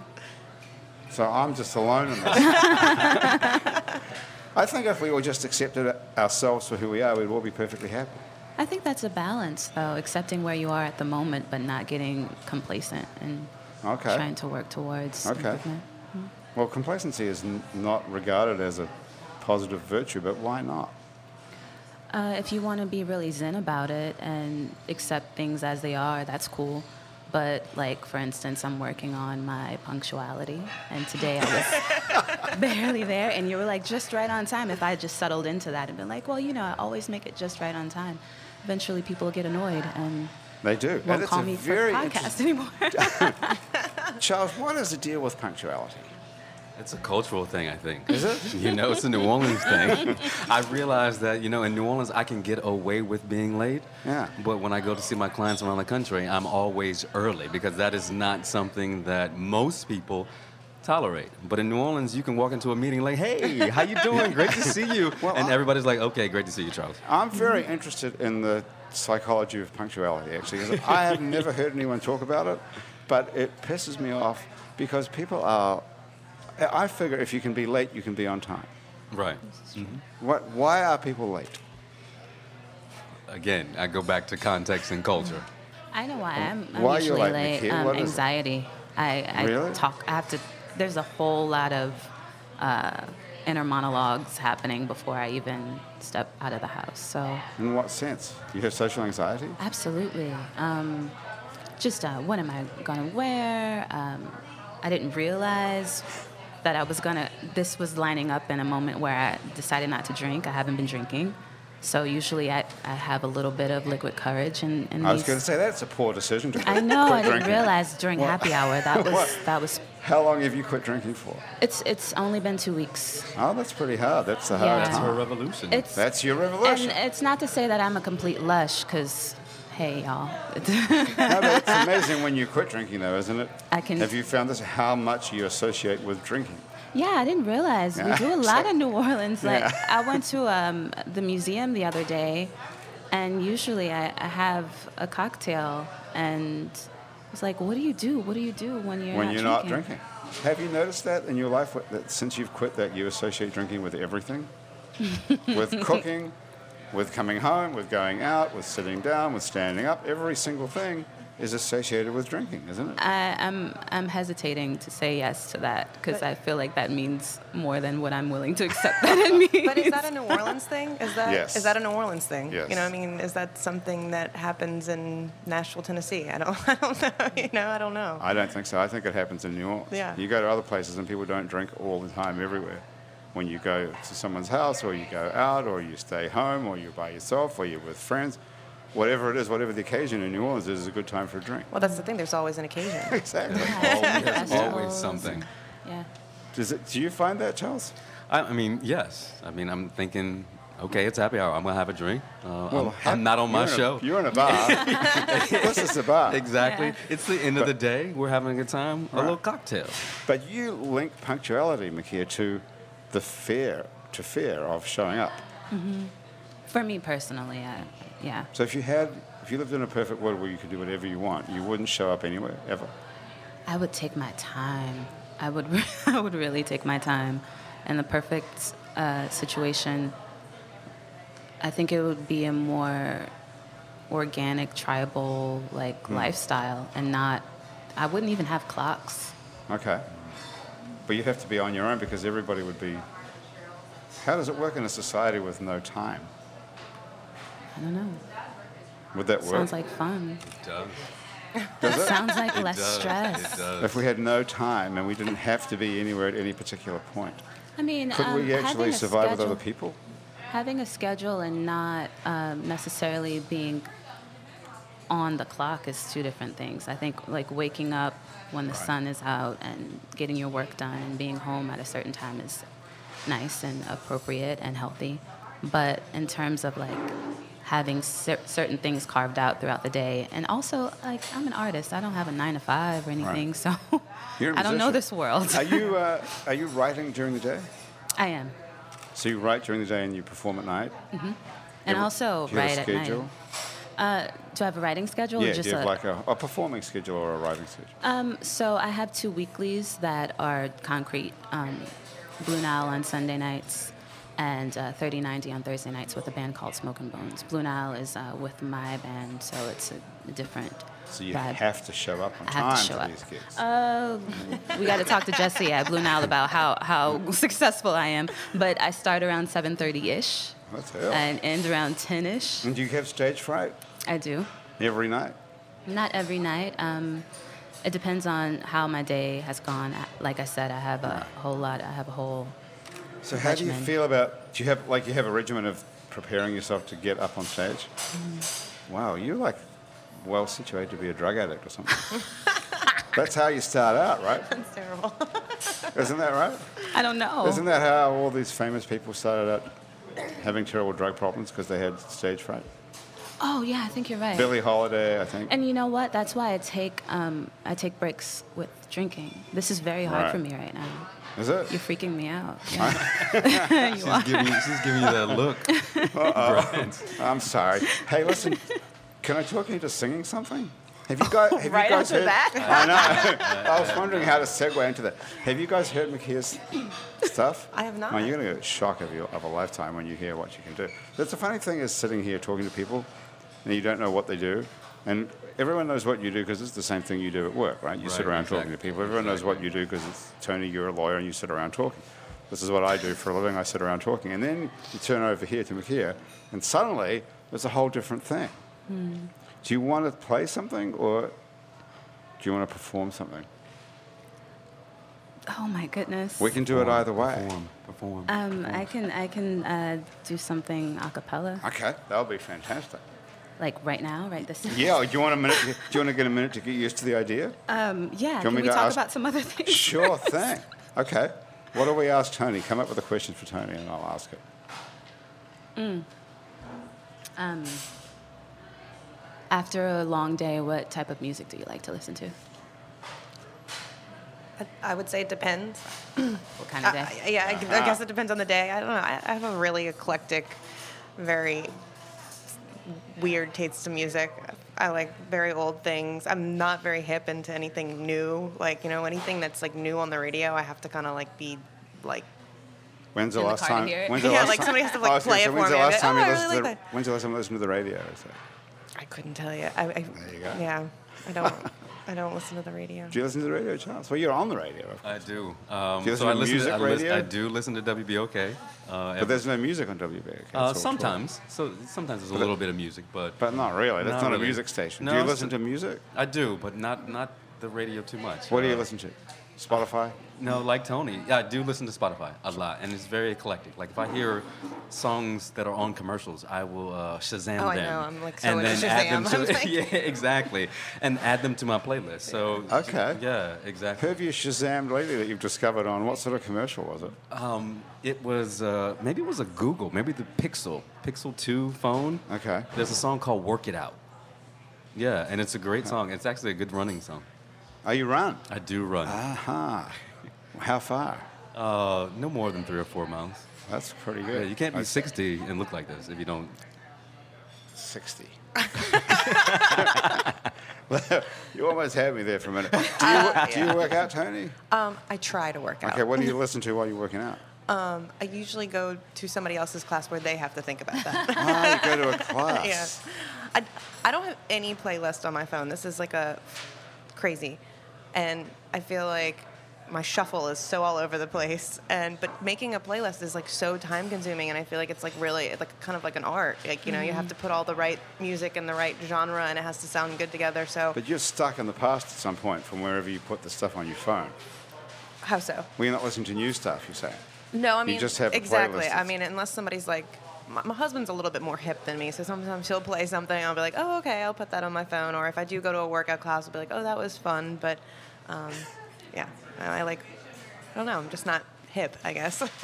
Speaker 1: So I'm just alone in this. I think if we all just accepted ourselves for who we are, we'd all be perfectly happy.
Speaker 2: I think that's a balance, though, accepting where you are at the moment, but not getting complacent and
Speaker 1: Okay.
Speaker 2: trying to work towards.
Speaker 1: Okay.
Speaker 2: improvement.
Speaker 1: Well, complacency is n- not regarded as a positive virtue, but why not?
Speaker 2: Uh, if you want to be really zen about it and accept things as they are, that's cool. But like for instance, I'm working on my punctuality, and today I
Speaker 1: [LAUGHS]
Speaker 2: was barely there, and you were like just right on time. If I had just settled into that and been like, well, you know, I always make it just right on time. Eventually, people get annoyed and
Speaker 1: They do.
Speaker 2: won't
Speaker 1: and it's
Speaker 2: call
Speaker 1: a
Speaker 2: me for
Speaker 1: very
Speaker 2: podcast [LAUGHS] anymore.
Speaker 1: interesting- Charles, what is the deal with punctuality?
Speaker 4: It's a cultural thing, I think.
Speaker 1: Is it?
Speaker 4: [LAUGHS] You know, it's a New Orleans thing. [LAUGHS] I realized that, you know, in New Orleans, I can get away with being late.
Speaker 1: Yeah.
Speaker 4: But when I go to see my clients around the country, I'm always early because that is not something that most people tolerate. But in New Orleans, you can walk into a meeting like, hey, how you doing? Great to see you.
Speaker 1: [LAUGHS] Well,
Speaker 4: and
Speaker 1: I-
Speaker 4: everybody's like, okay, great to see you, Charles.
Speaker 1: I'm very
Speaker 2: Mm-hmm.
Speaker 1: interested in the psychology of punctuality, actually. 'cause I
Speaker 2: [LAUGHS]
Speaker 1: have never heard anyone talk about it, but it pisses me off because people are. I I figure if you can be late, you can be on time.
Speaker 4: Right.
Speaker 1: What, why are people late?
Speaker 4: Again, I go back to context and culture.
Speaker 2: I know why I'm, I'm
Speaker 1: Why are you
Speaker 2: usually
Speaker 1: like
Speaker 2: late.
Speaker 1: McHugh?
Speaker 2: Um,
Speaker 1: What is it?
Speaker 2: anxiety. I, I
Speaker 1: Really?
Speaker 2: talk. I have to. There's a whole lot of uh, inner monologues happening before I even step out of the house. So
Speaker 1: In what sense? You have social anxiety?
Speaker 2: absolutely. Um, just uh, what am I gonna wear? Um, I didn't realize that I was gonna. This was lining up in a moment where I decided not to drink. I haven't been drinking. So usually I, I have a little bit of liquid courage in, in
Speaker 1: I was
Speaker 2: these
Speaker 1: going to say that's a poor decision to
Speaker 2: I
Speaker 1: quit-
Speaker 2: know.
Speaker 1: quit
Speaker 2: I didn't
Speaker 1: drinking.
Speaker 2: realize during
Speaker 1: Well-
Speaker 2: happy hour that was
Speaker 1: What?
Speaker 2: that was.
Speaker 1: How long have you quit drinking for?
Speaker 2: It's it's only been two weeks.
Speaker 1: Oh, that's pretty hard. That's the hard
Speaker 2: Yeah.
Speaker 4: That's
Speaker 1: time.
Speaker 4: her revolution.
Speaker 2: It's
Speaker 1: That's your
Speaker 2: and
Speaker 1: revolution.
Speaker 2: it's not to say that I'm a complete lush, because hey y'all, [LAUGHS]
Speaker 1: no, but it's amazing when you quit drinking, though, isn't it?
Speaker 2: I can-
Speaker 1: Have you found this? How much you associate with drinking?
Speaker 2: yeah, I didn't realize we
Speaker 1: Yeah.
Speaker 2: do a lot in New Orleans. Like
Speaker 1: Yeah.
Speaker 2: I went to um, the museum the other day, and usually I, I have a cocktail, and it's like, what do you do? What do you do when you're
Speaker 1: when
Speaker 2: not
Speaker 1: you're not drinking. Have you noticed that in your life wh- that since you've quit that you associate drinking with everything? with cooking, with coming home, with going out, with sitting down, with standing up. Every single thing is associated with drinking, isn't it?
Speaker 2: I, I'm I'm hesitating to say yes to that because
Speaker 3: But-
Speaker 2: I feel like that means more than what I'm willing to accept that it
Speaker 3: [LAUGHS]
Speaker 2: means.
Speaker 3: [LAUGHS] but is that a New Orleans thing? Is that is
Speaker 1: Yes.
Speaker 3: that a New Orleans thing?
Speaker 1: Yes.
Speaker 3: You know, what I mean, is that something that happens in Nashville, Tennessee? I don't, [LAUGHS] I don't know. You know, I don't know.
Speaker 1: I don't think so. I think it happens in New Orleans.
Speaker 3: Yeah.
Speaker 1: You go to other places and people don't drink all the time everywhere. When you go to someone's house or you go out or you stay home or you're by yourself or you're with friends, whatever it is, whatever the occasion in New Orleans is, is a good time for a drink.
Speaker 3: Well, that's the thing. There's always an occasion.
Speaker 1: [LAUGHS] Exactly.
Speaker 4: always,
Speaker 2: Festivals.
Speaker 4: always something.
Speaker 2: Yeah.
Speaker 1: Does it, do you find that, Charles?
Speaker 4: I, I mean, yes. I mean, I'm thinking, okay, it's happy hour. I'm gonna have a drink. Uh, I'm- [LAUGHS] I'm,
Speaker 1: ha-
Speaker 4: not on my
Speaker 1: you're in a-
Speaker 4: show.
Speaker 1: you're in a bar.
Speaker 4: [LAUGHS]
Speaker 1: this is a bar.
Speaker 4: exactly.
Speaker 2: Yeah.
Speaker 4: It's the end of the day. We're having a good time. A little cocktail.
Speaker 1: But you link punctuality, Makia, to the fear to fear of showing up.
Speaker 2: For me personally, I, yeah.
Speaker 1: So if you had, if you lived in a perfect world where you could do whatever you want, you wouldn't show up anywhere ever.
Speaker 2: I would take my time. I would, [LAUGHS] I would really take my time. In the perfect uh, situation, I think it would be a more organic, tribal like
Speaker 4: Hmm.
Speaker 2: lifestyle, and not. I wouldn't even have clocks.
Speaker 1: Okay. But you'd have to be on your own because everybody would be. How does it work in a society with no time?
Speaker 2: I don't know.
Speaker 1: Would that work?
Speaker 2: Sounds like fun.
Speaker 4: It does.
Speaker 1: Does it?
Speaker 2: Sounds like
Speaker 4: It
Speaker 2: less
Speaker 4: does.
Speaker 2: stress.
Speaker 4: It does.
Speaker 1: If we had no time and we didn't have to be anywhere at any particular point,
Speaker 2: I mean,
Speaker 1: could
Speaker 2: um,
Speaker 1: we
Speaker 2: having
Speaker 1: actually
Speaker 2: a
Speaker 1: survive with other
Speaker 2: schedule-
Speaker 1: people?
Speaker 2: Having a schedule and not um, necessarily being on the clock is two different things. I think like waking up when the sun is out and getting your work done and being home at a certain time is nice and appropriate and healthy. But in terms of like having cer- certain things carved out throughout the day, and also like I'm an artist, I don't have a nine to five or anything, so
Speaker 1: You're a
Speaker 2: [LAUGHS] I don't know
Speaker 1: musician.
Speaker 2: this world.
Speaker 1: Are you uh, are you writing during the day?
Speaker 2: I am,
Speaker 1: So you write during the day and you perform at night.
Speaker 2: and
Speaker 1: You have-
Speaker 2: also
Speaker 1: do you have a
Speaker 2: right at night.
Speaker 1: schedule?
Speaker 2: Do I have a writing schedule? or
Speaker 1: Yeah,
Speaker 2: just
Speaker 1: do you have
Speaker 2: a,
Speaker 1: like a, a performing schedule or a writing schedule?
Speaker 2: Um, so I have two weeklies that are concrete. Um, Blue Nile on Sunday nights and uh, 3090 on Thursday nights with a band called Smoke and Bones. Blue Nile is uh, with my band, so it's a, a different
Speaker 1: So you
Speaker 2: vibe.
Speaker 1: have to show up on
Speaker 2: I
Speaker 1: time
Speaker 2: have to show
Speaker 1: for
Speaker 2: up.
Speaker 1: these gigs.
Speaker 2: Uh, we got to talk to Jesse at Blue Nile about how, how [LAUGHS] successful I am. But I start around 7.30-ish
Speaker 1: That's hell.
Speaker 2: and end around 10-ish.
Speaker 1: and do you have stage fright
Speaker 2: I do.
Speaker 1: every night?
Speaker 2: Not every night. Um, it depends on how my day has gone. I- Like I said, I have a whole lot. I have a whole.
Speaker 1: So how do you
Speaker 2: Regimen.
Speaker 1: feel about? Do you have like you have a regimen of preparing yourself to get up on stage?
Speaker 2: Mm-hmm.
Speaker 1: Wow, you're like well situated to be a drug addict or something. [LAUGHS] That's how you start out, right?
Speaker 3: That's terrible. [LAUGHS]
Speaker 1: Isn't that right?
Speaker 2: I don't know.
Speaker 1: Isn't that how all these famous people started out having terrible drug problems because they had stage fright?
Speaker 2: oh yeah, I think you're right.
Speaker 1: Billie Holiday, I think.
Speaker 2: And you know what? That's why I take um, I take breaks with drinking. This is very hard
Speaker 1: Right.
Speaker 2: for me right now.
Speaker 1: Is it?
Speaker 2: You're freaking me
Speaker 1: [LAUGHS]
Speaker 2: out. [LAUGHS] you
Speaker 4: She's
Speaker 2: are.
Speaker 4: giving, you- she's giving you that
Speaker 2: [LAUGHS]
Speaker 4: look.
Speaker 2: Uh-uh.
Speaker 4: Brian.
Speaker 1: I'm sorry. Hey,
Speaker 3: [LAUGHS]
Speaker 1: listen, can I talk you into singing something? Have you guys? Have
Speaker 3: Right
Speaker 1: you guys
Speaker 3: after
Speaker 1: heard? [LAUGHS]
Speaker 3: [LAUGHS] that?
Speaker 1: I know. I was wondering how to segue into that. Have you guys heard Makia's stuff?
Speaker 3: I have not.
Speaker 1: Oh, you're gonna get a shock of your of a lifetime when you hear what you can do. That's the funny thing is sitting here talking to people, and you don't know what they do, and everyone knows what you do because it's the same thing you do at work, right? You sit
Speaker 4: Right,
Speaker 1: around talking to
Speaker 4: exactly,
Speaker 1: people. Everyone knows what you do because it's Tony. You're a lawyer, and you sit around talking. This is what I do for a living. I sit around talking, and then you turn over here to Makia, and suddenly it's a whole different thing.
Speaker 4: Hmm.
Speaker 1: Do you want to play something, or do you want to perform something?
Speaker 2: Oh my goodness.
Speaker 1: We can do it either way.
Speaker 4: Perform. Perform.
Speaker 2: um, I can I can uh, do something a cappella.
Speaker 1: Okay, that'll be fantastic.
Speaker 2: Like right now, right this.
Speaker 1: Yeah, do you want a minute? Do you want to get a minute to get used to the idea?
Speaker 4: Uh.
Speaker 2: Um, yeah.
Speaker 1: Do you want
Speaker 2: Can
Speaker 1: me
Speaker 2: we
Speaker 1: to
Speaker 2: talk
Speaker 1: ask-
Speaker 2: about some other things?
Speaker 1: Sure thing. Okay. What do we ask Tony? Come up with a question for Tony, and I'll ask it.
Speaker 2: After a long day, what type of music do you like to listen to?
Speaker 3: I- I would say it depends.
Speaker 2: What kind of day?
Speaker 3: I- I- yeah, I,
Speaker 1: Uh-huh.
Speaker 3: I guess it depends on the day. I don't know. I, I have a really eclectic, very weird taste in music. I like very old things. I'm not very hip into anything new. Like you know, anything that's like new on the radio, I have to kind of like be like.
Speaker 1: When's the
Speaker 2: In the
Speaker 1: last
Speaker 2: car to
Speaker 1: time?
Speaker 2: hear it?
Speaker 1: when's the
Speaker 3: [LAUGHS] Yeah,
Speaker 1: last
Speaker 3: like
Speaker 1: time-
Speaker 3: somebody has to,
Speaker 1: I
Speaker 3: like,
Speaker 1: was gonna
Speaker 3: play it
Speaker 1: say, when's
Speaker 3: for
Speaker 1: the
Speaker 3: me. I'd
Speaker 1: last
Speaker 3: be like,
Speaker 1: time you
Speaker 3: "Oh, I
Speaker 1: listened
Speaker 3: really
Speaker 1: to
Speaker 3: like
Speaker 1: the- When's the last time you listened to the radio? Is that-
Speaker 3: I couldn't tell you. I, I
Speaker 1: you go.
Speaker 3: yeah, I don't. I don't listen to the radio.
Speaker 1: Do you listen to the radio, Charles? Well, you're on the radio, of course.
Speaker 4: I do. Um,
Speaker 1: Do you listen
Speaker 4: so I
Speaker 1: to
Speaker 4: listen.
Speaker 1: music
Speaker 4: I, lis-
Speaker 1: radio?
Speaker 4: I do listen to WBOK. Uh,
Speaker 1: but there's no music on WBAK.
Speaker 4: uh, sometimes. So sometimes there's a little bit of music, but
Speaker 1: But not really. That's
Speaker 4: Not
Speaker 1: not, a
Speaker 4: really.
Speaker 1: music station.
Speaker 4: No,
Speaker 1: do you
Speaker 4: it's-
Speaker 1: listen to music?
Speaker 4: I do, but not not the radio too much.
Speaker 1: What do you
Speaker 4: Uh,
Speaker 1: listen to? Spotify?
Speaker 4: No, like Tony, yeah, I do listen to Spotify a lot, and it's very eclectic. Like if I hear songs that are on commercials, I will uh, Shazam
Speaker 3: Oh,
Speaker 4: them.
Speaker 3: I know. I'm, like, so
Speaker 4: and
Speaker 3: into
Speaker 4: then add them
Speaker 3: Shazam. [LAUGHS]
Speaker 4: to
Speaker 3: I'm like-
Speaker 4: [LAUGHS] yeah, exactly, and add them to my playlist. So
Speaker 1: Okay.
Speaker 4: yeah, exactly.
Speaker 1: Who have you shazammed lately that you've discovered on? What sort of commercial was it?
Speaker 4: It was uh, maybe it was a Google, maybe the Pixel, Pixel Two phone.
Speaker 1: Okay.
Speaker 4: There's a song called "Work It Out." Yeah, and it's a great song. It's actually a good running song.
Speaker 1: Oh, you run?
Speaker 4: I do run,
Speaker 1: Ah. Aha. How far?
Speaker 4: uh, no more than three or four miles.
Speaker 1: That's pretty good.
Speaker 4: Yeah, you can't be
Speaker 1: That's
Speaker 4: 60 and look like this if you don't.
Speaker 1: 60. [LAUGHS] you almost had me there for a
Speaker 4: [LAUGHS]
Speaker 1: minute. Do you, do you work out, Tony?
Speaker 3: Um, I try to work out.
Speaker 1: Okay, what do you listen to while you're working out?
Speaker 3: Um, I usually go to somebody else's class where they have to think about that.
Speaker 1: Oh, you go
Speaker 2: [LAUGHS]
Speaker 1: to a class.
Speaker 3: yeah. I, I don't have any playlist on my phone. This is like a crazy. And I feel like my shuffle is so all over the place. And but making a playlist is like so time consuming and I feel like it's like really it's like kind of like an art. Like, you know, you have to put all the right music in the right genre and it has to sound good together. So
Speaker 1: But you're stuck in the past at some point from wherever you put the stuff on your phone.
Speaker 3: how so?
Speaker 1: Well, you're not listening to new stuff, you're saying.
Speaker 3: No, I
Speaker 1: You
Speaker 3: mean
Speaker 1: just have a
Speaker 3: exactly.
Speaker 1: playlist.
Speaker 3: I mean, unless somebody's like, my, my husband's a little bit more hip than me, so sometimes he'll play something. I'll be like, oh, okay, I'll put that on my phone. Or if I do go to a workout class, I'll be like, oh, that was fun. But um, yeah, I I like, I don't know. I'm just not hip, I guess. [LAUGHS]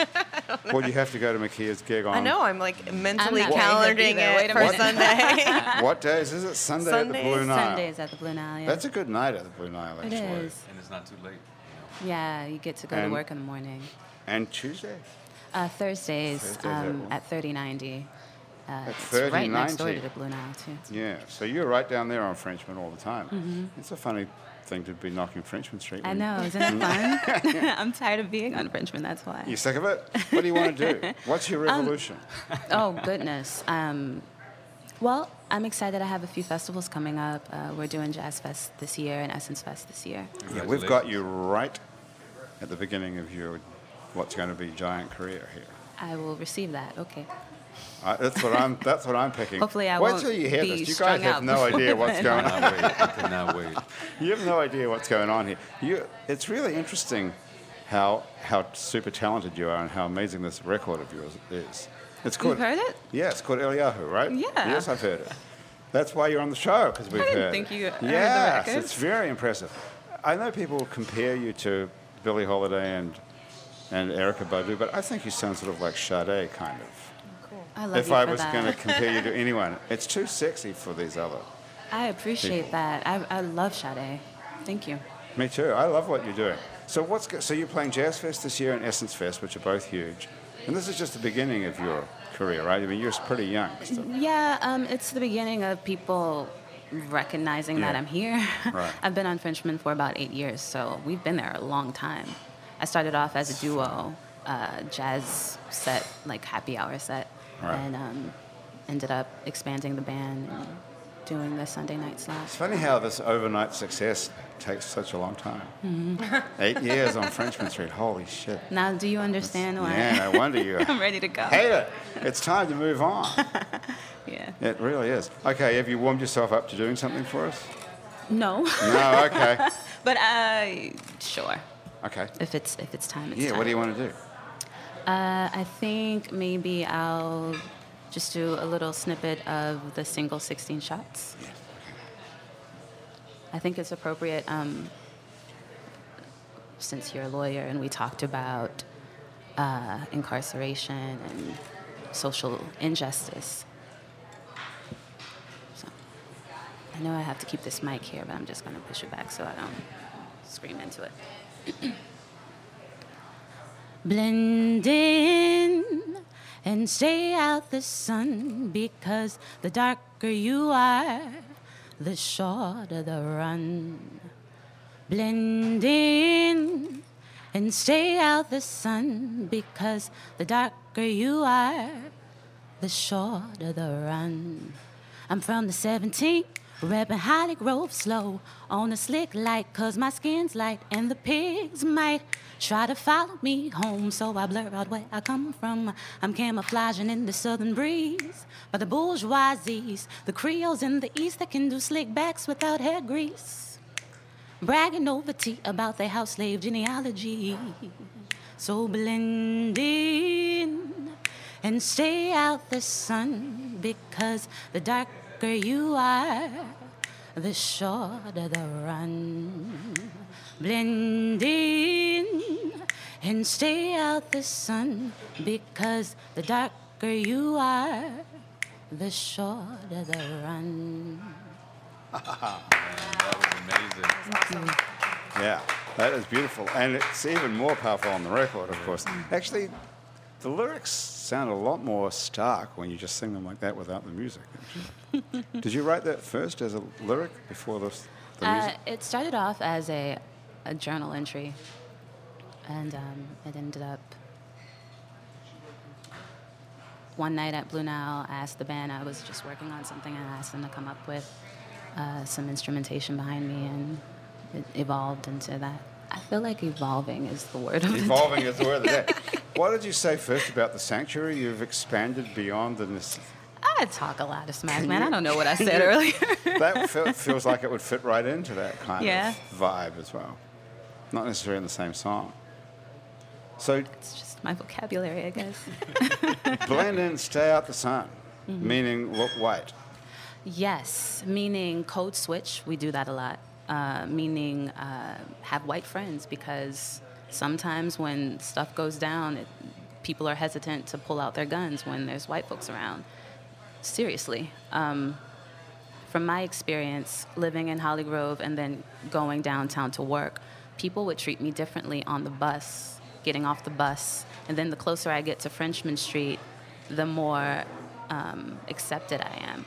Speaker 1: Well, you have to go to Makia's gig on.
Speaker 3: I know I'm like mentally
Speaker 2: not very
Speaker 3: calendaring
Speaker 2: hip either. Wait
Speaker 3: it
Speaker 2: a
Speaker 3: for
Speaker 2: minute.
Speaker 3: Sunday. [LAUGHS]
Speaker 1: What days is it? Sunday at the
Speaker 3: Sundays,
Speaker 1: Blue Nile.
Speaker 2: Sundays at the Blue Nile. Yeah.
Speaker 1: That's a good night at the Blue Nile,
Speaker 2: it
Speaker 1: actually.
Speaker 2: is.
Speaker 4: And it's not too late. you
Speaker 2: Yeah, you get to go
Speaker 1: And-
Speaker 2: to work in the morning.
Speaker 1: And Tuesday?
Speaker 2: Uh, Thursdays,
Speaker 1: Thursdays at
Speaker 2: um,
Speaker 1: one.
Speaker 2: at 3090. Uh,
Speaker 1: At
Speaker 2: it's right next door
Speaker 1: 3090.
Speaker 2: to the Blue Nile, too.
Speaker 1: Yeah. So you're right down there on Frenchman all the time. It's a funny thing to be knocking Frenchman Street.
Speaker 2: I
Speaker 1: when you-
Speaker 2: know,
Speaker 1: [LAUGHS]
Speaker 2: isn't it fun? [LAUGHS] I'm tired of being on Frenchman, that's why.
Speaker 1: You sick of it? What do you want to
Speaker 2: [LAUGHS]
Speaker 1: do? What's your
Speaker 2: Um,
Speaker 1: revolution?
Speaker 2: Oh, goodness. Um, well, I'm excited. I have a few festivals coming up. Uh, we're doing Jazz Fest this year and Essence Fest this year.
Speaker 4: know.
Speaker 1: yeah, we've got you right at the beginning of your what's going to be giant career here.
Speaker 2: I will receive that. Okay.
Speaker 1: Uh, that's what I'm. That's what I'm picking.
Speaker 2: [LAUGHS] Hopefully I
Speaker 1: Wait
Speaker 2: won't
Speaker 1: till you hear
Speaker 2: be
Speaker 1: this. You guys
Speaker 2: strung
Speaker 1: have
Speaker 2: out
Speaker 1: no
Speaker 2: [LAUGHS]
Speaker 1: idea what's going on.
Speaker 4: Congratulations. I could not wait. I could not wait.
Speaker 1: You have no idea what's going on here. You, it's really interesting how how super talented you are and how amazing this record of yours is. It's called.
Speaker 2: heard it?
Speaker 1: Yeah, it's called Eliyahu, right?
Speaker 2: Yeah.
Speaker 1: Yes, I've heard it. That's why you're on the show because we've
Speaker 2: didn't
Speaker 1: heard.
Speaker 2: think
Speaker 1: it.
Speaker 2: you heard the
Speaker 1: Yes,
Speaker 2: record.
Speaker 1: it's very impressive. I know people compare you to Billie Holiday and and Erica Badu, but I think you sound sort of like Sade, kind of.
Speaker 2: I love
Speaker 1: if
Speaker 2: you
Speaker 1: I
Speaker 2: for
Speaker 1: was
Speaker 2: that.
Speaker 1: going
Speaker 2: [LAUGHS]
Speaker 1: to compare you to anyone, it's too sexy for these other.
Speaker 2: I appreciate that. I, I love Sade. Thank you.
Speaker 1: Me too. I love what you're doing. So what's go- so you're playing Jazz Fest this year and Essence Fest, which are both huge, and this is just the beginning of your career, right? I mean, you're pretty young. Still.
Speaker 2: Yeah, um, it's the beginning of people recognizing that
Speaker 1: Yeah.
Speaker 2: I'm here. [LAUGHS]
Speaker 1: Right.
Speaker 2: I've been on Frenchman for about eight years, so we've been there a long time. I started off as a duo, uh, jazz set, like happy hour set,
Speaker 1: Right.
Speaker 2: and um, ended up expanding the band and doing the Sunday night slot.
Speaker 1: It's funny how this overnight success takes such a long time. Eight years on Frenchman Street. Holy shit.
Speaker 2: Now, do you understand why
Speaker 1: Yeah, no wonder you
Speaker 2: [LAUGHS] I'm ready to go?
Speaker 1: hate it. It's time to move on.
Speaker 2: Yeah.
Speaker 1: It really is. Okay, have you warmed yourself up to doing something for us?
Speaker 2: No, [LAUGHS]
Speaker 1: No. Okay.
Speaker 2: but I sure.
Speaker 1: Okay.
Speaker 2: If it's if it's time, it's
Speaker 1: Yeah.
Speaker 2: time.
Speaker 1: What do you want to do?
Speaker 2: Uh, I think maybe I'll just do a little snippet of the single 16 shots. I think it's appropriate um, since you're a lawyer and we talked about uh, incarceration and social injustice. So I know I have to keep this mic here, but I'm just going to push it back so I don't scream into it. Blend in and stay out the sun because the darker you are, the shorter the run. Blend in and stay out the sun because the darker you are, the shorter the run. I'm from the 17th, reppin' Holly Grove slow. On the slick light, cause my skin's light, and the pigs might try to follow me home. So I blur out where I come from. I'm camouflaging in the southern breeze. By the bourgeoisies, the Creoles in the east that can do slick backs without hair grease. bragging over tea about their house slave genealogy. So blend in and stay out the sun because the darker you are, the shorter the run. Blend in and stay out the sun because the darker you are, the shorter the run.
Speaker 4: That was amazing.
Speaker 1: Yeah, that is beautiful. And it's even more powerful on the record, of course. Actually, the lyrics sound a lot more stark when you just sing them like that without the music. actually. Did you write that first as a lyric before the, the
Speaker 2: Uh,
Speaker 1: music?
Speaker 2: it started off as a, a journal entry, and um, it ended up. One night at Blue Nile, I asked the band, I was just working on something, and I asked them to come up with uh, some instrumentation behind me, and it evolved into that. I feel like evolving is the word of the day.
Speaker 1: Evolving is the word of the day. What did you say first about the sanctuary? You've expanded beyond the. Necessity.
Speaker 2: [LAUGHS] I talk a lot of smack, man. I don't know what
Speaker 1: [LAUGHS]
Speaker 2: I said earlier. [LAUGHS]
Speaker 1: That fe- feels like it would fit right into that kind
Speaker 2: Yeah.
Speaker 1: of vibe as well. Not necessarily in the same song. So
Speaker 2: it's just my vocabulary, I guess.
Speaker 1: blend in, stay out the sun, meaning look white.
Speaker 2: Yes, meaning code switch. We do that a lot. Uh, meaning uh, have white friends because sometimes when stuff goes down, it, people are hesitant to pull out their guns when there's white folks around. Seriously. Um, from my experience living in Holly Grove and then going downtown to work, people would treat me differently on the bus, getting off the bus. And then the closer I get to Frenchman Street, the more um, accepted I am.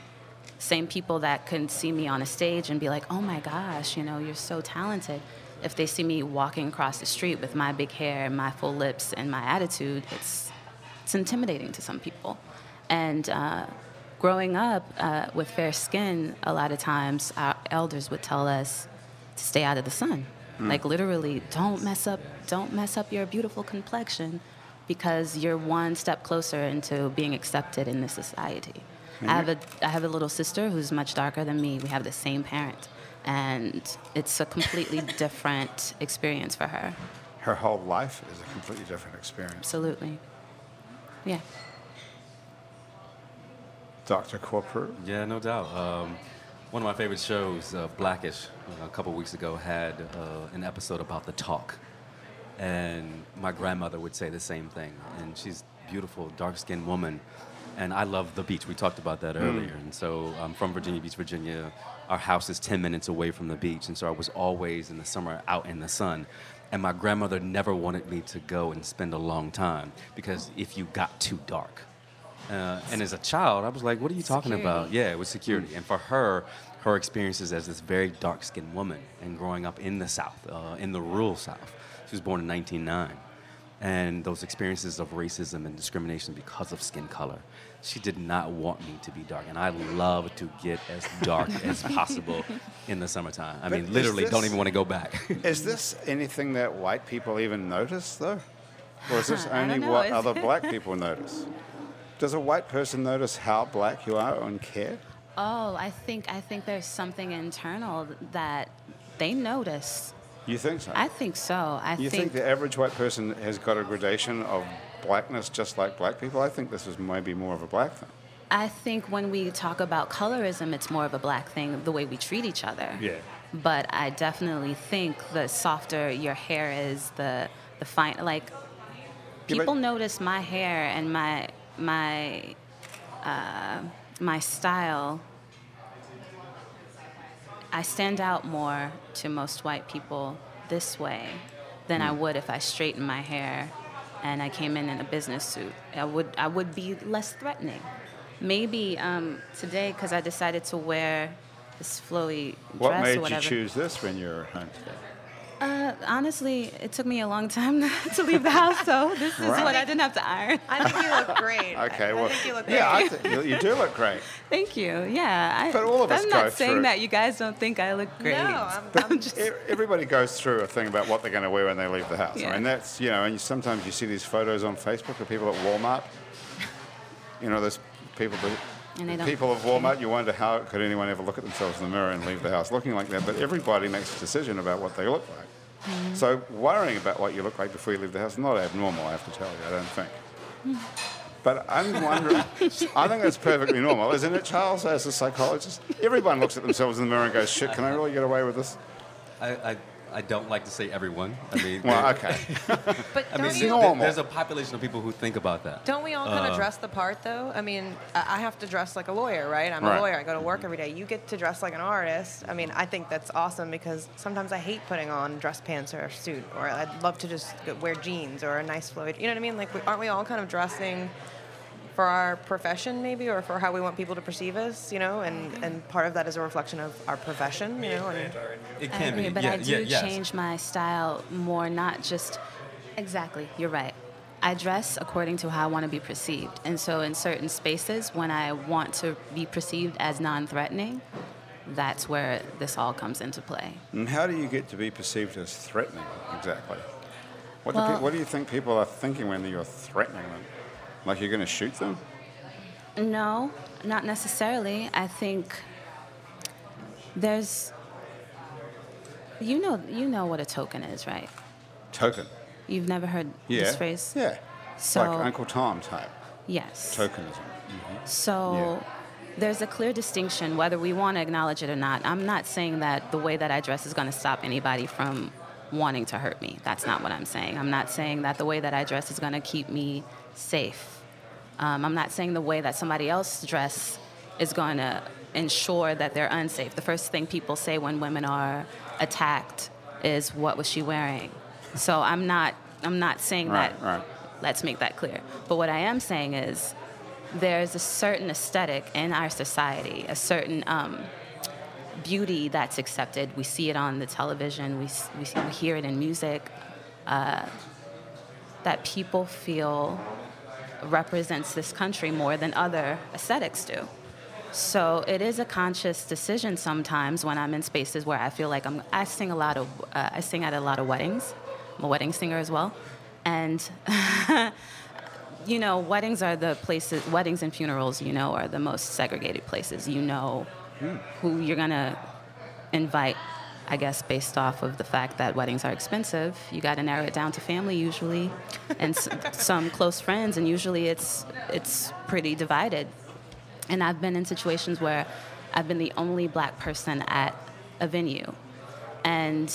Speaker 2: Same people that can see me on a stage and be like, oh my gosh, you know, you're so talented. If they see me walking across the street with my big hair and my full lips and my attitude, it's, it's intimidating to some people. And uh, growing up uh, with fair skin, a lot of times our elders would tell us to stay out of the sun. Like literally, don't mess up, don't mess up your beautiful complexion, because you're one step closer into being accepted in this society. I have a I have a little sister who's much darker than me. We have the same parent, and it's a completely [LAUGHS] different experience for her.
Speaker 1: Her whole life is a completely different experience.
Speaker 2: Absolutely, yeah.
Speaker 1: Dr. Corporate.
Speaker 4: Yeah, no doubt. Um, one of my favorite shows, uh, Blackish, a couple weeks ago had uh, an episode about the talk, and my grandmother would say the same thing. And she's beautiful, dark-skinned woman, and I love the beach. We talked about that earlier. And so I'm from Virginia Beach, Virginia. Our house is 10 minutes away from the beach, and so I was always in the summer out in the sun. And my grandmother never wanted me to go and spend a long time because if you got too dark, uh, and as a child, I was like, what are you talking about? Yeah, it was
Speaker 1: Mm.
Speaker 4: security. And for her, her experiences as this very dark skinned woman and growing up in the South, uh, in the rural South, she was born in 1909. And those experiences of racism and discrimination because of skin color, she did not want me to be dark. And I love to get as dark
Speaker 1: [LAUGHS]
Speaker 4: as possible in the summertime. I
Speaker 1: But
Speaker 4: mean,
Speaker 1: is
Speaker 4: literally, don't
Speaker 1: this-
Speaker 4: even want to go back. [LAUGHS]
Speaker 1: Is this anything that white people even notice, though? Or is this
Speaker 2: [LAUGHS] I don't
Speaker 1: only
Speaker 2: know,
Speaker 1: what
Speaker 2: is
Speaker 1: other
Speaker 2: it?
Speaker 1: black people notice? Does a white person notice how black you are and care?
Speaker 2: Oh, I think I think there's something internal that they notice.
Speaker 1: You think so?
Speaker 2: I think so. I
Speaker 1: you think,
Speaker 2: think,
Speaker 1: the average white person has got a gradation of blackness just like black people? I think this is maybe more of a black thing.
Speaker 2: I think when we talk about colorism, it's more of a black thing, the way we treat each other.
Speaker 1: Yeah.
Speaker 2: But I definitely think the softer your hair is, the the fine like
Speaker 1: Yeah, but-
Speaker 2: people notice my hair and my my uh, my style. I stand out more to most white people this way than
Speaker 1: Hmm.
Speaker 2: I would if I straightened my hair and I came in in a business suit. I would I would be less threatening. Maybe um, today because I decided to wear this flowy
Speaker 1: What
Speaker 2: dress
Speaker 1: made
Speaker 2: or
Speaker 1: you
Speaker 2: whatever.
Speaker 1: choose this when you were at home today?
Speaker 2: Uh, honestly, it took me a long time [LAUGHS] to leave the house, so this is
Speaker 1: Right.
Speaker 2: what I didn't have to iron.
Speaker 3: I think
Speaker 1: [LAUGHS]
Speaker 3: you look great.
Speaker 1: Okay,
Speaker 3: I,
Speaker 1: well,
Speaker 3: I think you look great.
Speaker 1: yeah, I th- you, you do look
Speaker 2: [LAUGHS]
Speaker 1: great.
Speaker 2: Thank you. Yeah, I,
Speaker 1: But all of us
Speaker 2: I'm
Speaker 1: go
Speaker 2: not saying
Speaker 1: through-
Speaker 2: that you guys don't think I look great.
Speaker 3: No, I'm,
Speaker 1: [LAUGHS]
Speaker 3: I'm
Speaker 1: But e everybody goes through a thing about what they're going to wear when they leave the house. I
Speaker 2: Yeah.
Speaker 1: mean, that's, you know, and you, sometimes you see these photos on Facebook of people at Walmart. You know, those people that
Speaker 2: And they don't-
Speaker 1: People of Walmart, you wonder how could anyone ever look at themselves in the mirror and leave the house looking like that. But everybody makes a decision about what they look like.
Speaker 2: Mm-hmm.
Speaker 1: So worrying about what you look like before you leave the house is not abnormal, I have to tell you. I don't
Speaker 2: [LAUGHS]
Speaker 1: think. But I'm wondering. I think that's perfectly normal, isn't it, Charles? As a psychologist, everyone looks at themselves in the mirror and goes, "Shit, can I really get away with this?"
Speaker 4: I, I, I don't like to say everyone. I mean,
Speaker 1: Well,
Speaker 4: there-
Speaker 1: okay.
Speaker 5: But
Speaker 4: I
Speaker 5: don't,
Speaker 4: mean,
Speaker 1: It's
Speaker 5: you,
Speaker 1: normal.
Speaker 4: there's a population of people who think about that.
Speaker 5: don't we all kind
Speaker 4: Uh,
Speaker 5: of dress
Speaker 3: the part though i mean i I have to dress like a lawyer right i'm
Speaker 1: Right.
Speaker 3: a lawyer i go to work every day you get to dress like an artist i mean i think that's awesome because sometimes i hate putting on dress pants or a suit or i'd love to just go- wear jeans or a nice flowy you know what i mean like we, aren't we all kind of dressing for our profession maybe or for how we want people to perceive us you know and and part of that is a reflection of our profession you know and
Speaker 4: It
Speaker 2: I
Speaker 4: can
Speaker 2: agree,
Speaker 4: be.
Speaker 2: Uh, but
Speaker 4: yeah,
Speaker 2: I do
Speaker 4: yeah, yes.
Speaker 2: change my style more, not just. Exactly, you're right. I dress according to how I want to be perceived. And so, in certain spaces, when I want to be perceived as non threatening, that's where this all comes into play.
Speaker 1: [LAUGHS] And how do you get to be perceived as threatening exactly? What, do
Speaker 2: Well-
Speaker 1: pe- what do you think people are thinking when you're threatening them? Like you're going to shoot them?
Speaker 2: No, not necessarily. I think there's. You know, you know what a token is, right?
Speaker 1: Token.
Speaker 2: You've never heard
Speaker 1: Yeah.
Speaker 2: this phrase.
Speaker 1: Yeah.
Speaker 2: So-
Speaker 1: like Uncle Tom type
Speaker 2: Yes.
Speaker 1: tokenism.
Speaker 2: So there's a clear distinction whether we want to acknowledge it or not. I'm not saying that the way that I dress is going to stop anybody from wanting to hurt me. That's not what I'm saying. I'm not saying that the way that I dress is going to keep me safe. Um, I'm not saying the way that somebody else dress is going to ensure that they're unsafe. The first thing people say when women are attacked is, "What was she wearing?" So I'm not. I'm not saying
Speaker 1: Right,
Speaker 2: that.
Speaker 1: right.
Speaker 2: Let's make that clear. But what I am saying is, there's a certain aesthetic in our society, a certain um, beauty that's accepted. We see it on the television, we, s- we, see, we hear it in music, uh, that people feel represents this country more than other aesthetics do. So it is a conscious decision sometimes when I'm in spaces where I feel like I'm. I sing a lot of. Uh, I sing at a lot of weddings. I'm a wedding singer as well, and [LAUGHS] you know, weddings are the places, weddings and funerals, you know, are the most segregated places. You know who you're going to invite, I guess, based off of the fact that weddings are expensive. You got to narrow it down to family usually and s- [LAUGHS] some close friends, and usually it's, it's pretty divided. And I've been in situations where I've been the only black person at a venue. And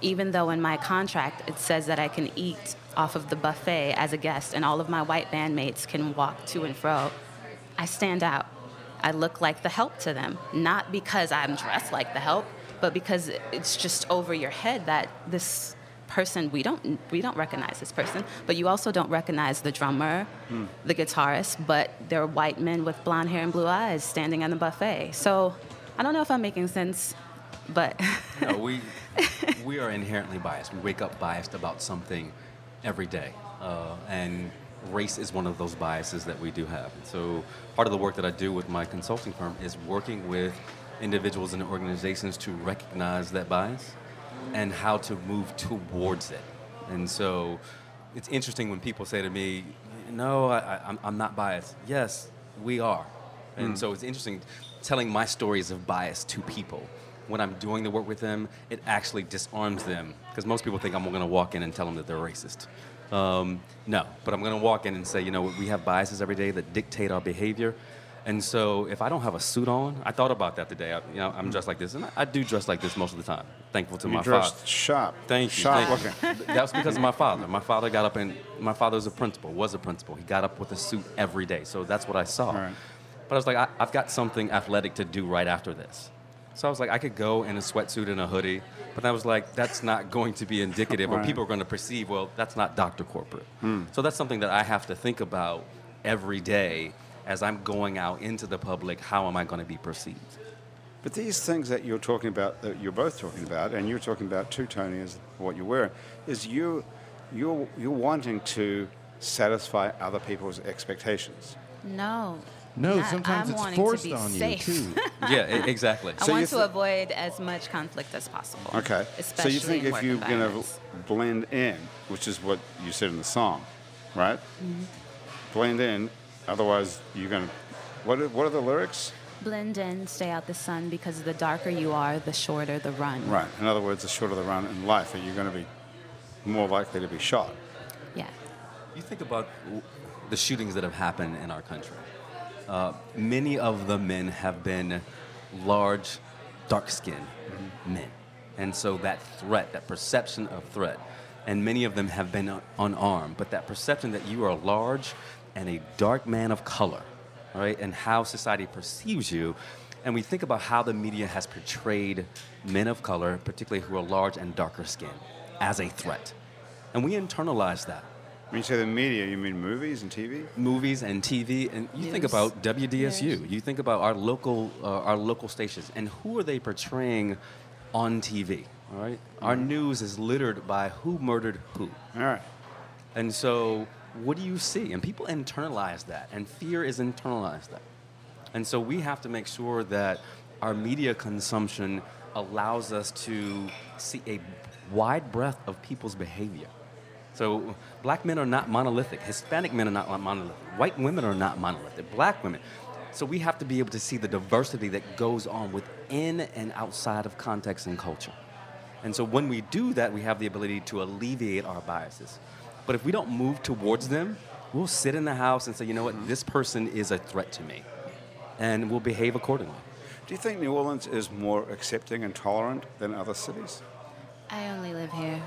Speaker 2: even though in my contract it says that I can eat off of the buffet as a guest and all of my white bandmates can walk to and fro, I stand out. I look like the help to them, not because I'm dressed like the help, but because it's just over your head that this person we don't we don't recognize this person, but you also don't recognize the drummer,
Speaker 1: Hmm.
Speaker 2: the guitarist, but they're white men with blonde hair and blue eyes standing in the buffet. So I don't know if I'm making sense, but [LAUGHS]
Speaker 4: No, we we are inherently biased. We wake up biased about something every day, uh, and race is one of those biases that we do have. And so, part of the work that I do with my consulting firm is working with individuals and organizations to recognize that bias and how to move towards it. And so, it's interesting when people say to me, "No, I, I, I'm- I'm not biased." Yes, we are. And
Speaker 1: Hmm.
Speaker 4: so it's interesting telling my stories of bias to people. When I'm doing the work with them, it actually disarms them because most people think I'm going to walk in and tell them that they're racist. Um, no, but I'm going to walk in and say, you know, we have biases every day that dictate our behavior. And so if I don't have a suit on, I thought about that today. I, you know, I'm dressed like this, and I, I do dress like this most of the time. Thankful to
Speaker 1: Hmm. You
Speaker 4: my
Speaker 1: dressed
Speaker 4: father.
Speaker 1: sharp.
Speaker 4: Thank you.
Speaker 1: Sharp
Speaker 4: thank you.
Speaker 1: looking.
Speaker 4: Th- That was because of my father. My father got up and my father was a principal, was a principal. He got up with a suit every day. So that's what I saw.
Speaker 1: Right.
Speaker 4: But I was like, I, I've got something athletic to do right after this. So I was like, I could go in a sweatsuit and a hoodie, but I was like, that's not going to be indicative, or
Speaker 1: Right.
Speaker 4: people are going to perceive, well, that's not Dr. Corporate. So that's something that I have to think about every day as I'm going out into the public. How am I going to be perceived?
Speaker 1: But these things that you're talking about, that you're both talking about, and you're talking about too, Tony, is what you're wearing, is you, you're, you're wanting to satisfy other people's expectations.
Speaker 2: no.
Speaker 6: No,
Speaker 2: not-
Speaker 6: sometimes
Speaker 2: I'm
Speaker 6: it's
Speaker 2: wanting to
Speaker 6: forced
Speaker 2: be
Speaker 6: on
Speaker 2: safe. [LAUGHS]
Speaker 6: you too.
Speaker 4: yeah, e- exactly.
Speaker 2: I
Speaker 1: So you
Speaker 2: want to
Speaker 1: th-
Speaker 2: avoid as much conflict as possible.
Speaker 1: Okay.
Speaker 2: Especially
Speaker 1: so you think
Speaker 2: in
Speaker 1: if
Speaker 2: work
Speaker 1: you're going to
Speaker 2: environments.
Speaker 1: blend in, which is what you
Speaker 2: Mm-hmm.
Speaker 1: said in the song, right? Blend in, otherwise you're going to What are, what are the lyrics?
Speaker 2: Blend in, stay out the sun, because the darker you are, the shorter the run.
Speaker 1: Right. In other words, the shorter the run in life, are you going to be more likely to be shot?
Speaker 2: Yeah.
Speaker 4: You think about w- the shootings that have happened in our country. Uh, many of the men have been large, dark skinned men. And so that threat, that perception of threat, and many of them have been un- unarmed, but that perception that you are large and a dark man of color, all right, and how society perceives you. And we think about how the media has portrayed men of color, particularly who are large and darker skinned, as a threat. And we internalize that
Speaker 1: When you say the media, you mean movies and TV?
Speaker 4: movies and TV, and you think
Speaker 2: News.
Speaker 4: about WDSU. You think about our local uh, our local stations, and who are they portraying on TV? All right? our news is littered by who murdered who,
Speaker 1: All right.
Speaker 4: and so what do you see? And people internalize that, and fear is internalized that, and so we have to make sure that our media consumption allows us to see a wide breadth of people's behavior. So black men are not monolithic. Hispanic men are not monolithic. White women are not monolithic. Black women. So we have to be able to see the diversity that goes on within and outside of context and culture. And so when we do that, we have the ability to alleviate our biases. But if we don't move towards them, we'll sit in the house and say, you know what, this person is a threat to me. And we'll behave accordingly.
Speaker 1: Do you think New Orleans is more accepting and tolerant than other cities?
Speaker 2: I only live here.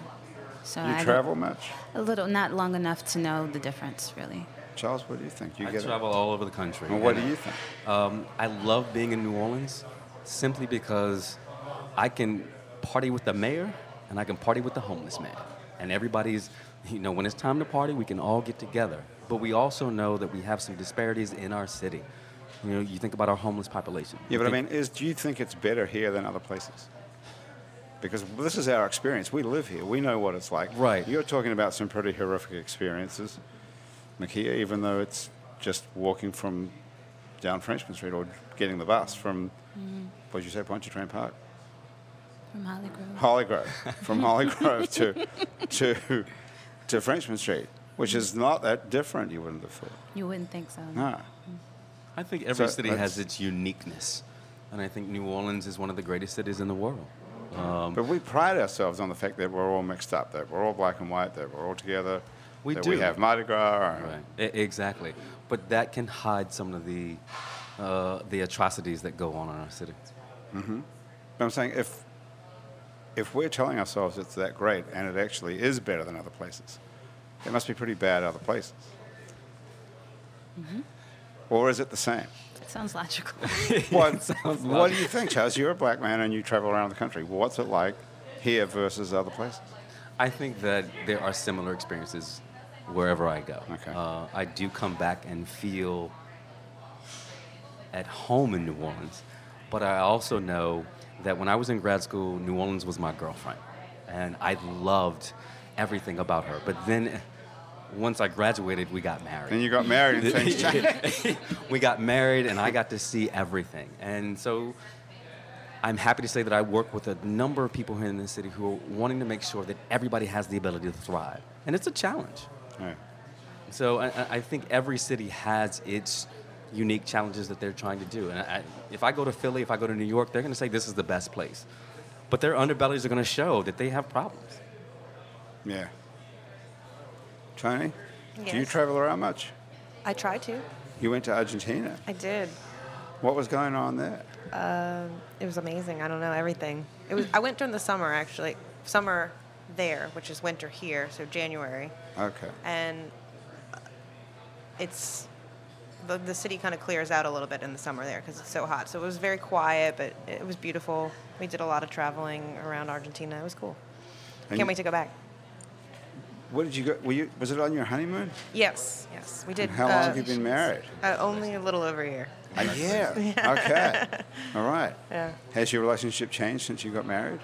Speaker 2: So
Speaker 1: You
Speaker 2: I don't-
Speaker 1: travel much?
Speaker 2: a little, not long enough to know the difference, really.
Speaker 1: Charles, what do you think? You
Speaker 4: I
Speaker 1: get
Speaker 4: travel all over the country.
Speaker 1: it. Well, what do
Speaker 4: and
Speaker 1: you think?
Speaker 4: Um, I love being in New Orleans simply because I can party with the mayor and I can party with the homeless man. And everybody's, you know, when it's time to party, we can all get together. But we also know that we have some disparities in our city. You know, you think about our homeless population.
Speaker 1: Yeah,
Speaker 4: You
Speaker 1: but I
Speaker 4: think-
Speaker 1: mean, is do you think it's better here than other places? Because this is our experience. We live here. We know what it's like.
Speaker 4: Right.
Speaker 1: You're talking about some pretty horrific experiences, Makia, even though it's just walking from down Frenchman Street or getting the bus from,
Speaker 4: Mm-hmm.
Speaker 1: what did you say, Pontchartrain Park?
Speaker 2: From Holly Grove.
Speaker 1: Holly Grove, from
Speaker 4: [LAUGHS]
Speaker 1: Holly Grove to, to, to Frenchman Street, which is not that different, you wouldn't have thought.
Speaker 2: You wouldn't think so.
Speaker 1: No.
Speaker 4: I think every
Speaker 1: So
Speaker 4: city
Speaker 1: that's-
Speaker 4: has its uniqueness. And I think New Orleans is one of the greatest cities in the world. Um,
Speaker 1: But we pride ourselves on the fact that we're all mixed up, that we're all black and white, that we're all together.
Speaker 4: We
Speaker 1: that
Speaker 4: do.
Speaker 1: We have Mardi Gras. and-
Speaker 4: Right. E- exactly. But that can hide some of the uh, the atrocities that go on in our city.
Speaker 1: But I'm saying if if we're telling ourselves it's that great and it actually is better than other places, it must be pretty bad other places.
Speaker 4: Mm-hmm.
Speaker 1: Or is it the
Speaker 4: [LAUGHS]
Speaker 1: same?
Speaker 2: It sounds logical.
Speaker 1: [LAUGHS] What,
Speaker 4: sounds
Speaker 1: what do you think, Charles? You're a black man and you travel around the country. What's it like here versus other places?
Speaker 4: I think that there are similar experiences wherever I go.
Speaker 1: Okay.
Speaker 4: Uh, I do come back and feel at home in New Orleans, but I also know that when I was in grad school, New Orleans was my girlfriend, and I loved everything about her. But then, once I graduated, we got married.
Speaker 1: And you got married
Speaker 4: [LAUGHS]
Speaker 1: and things changed.
Speaker 4: we got married and I got to see everything. And so I'm happy to say that I work with a number of people here in this city who are wanting to make sure that everybody has the ability to thrive. And it's a challenge.
Speaker 1: Yeah.
Speaker 4: So I, I- I think every city has its unique challenges that they're trying to do. And I, if I go to Philly, if I go to New York, they're going to say this is the best place. But their underbellies are going to show that they have problems.
Speaker 1: yeah. Tony, do you
Speaker 3: Yes.
Speaker 1: travel around much?
Speaker 3: I try to.
Speaker 1: You went to Argentina.
Speaker 3: I did.
Speaker 1: What was going on there?
Speaker 3: It was amazing. I don't know everything. It was. I went during the summer actually. Summer there, which is winter here, so January,
Speaker 1: Okay.
Speaker 3: and it's the, the city kind of clears out a little bit in the summer there because it's so hot. So it was very quiet, but it was beautiful. We did a lot of traveling around Argentina. It was cool.
Speaker 1: And
Speaker 3: Can't
Speaker 1: you-
Speaker 3: wait to go back.
Speaker 1: What did you go? Were you, was it on your honeymoon?
Speaker 3: Yes, yes, we did.
Speaker 1: How long have you been married?
Speaker 3: Uh, only a little over a year. [LAUGHS]
Speaker 1: A year. Okay. All right.
Speaker 3: Yeah.
Speaker 1: Has your relationship changed since you got married?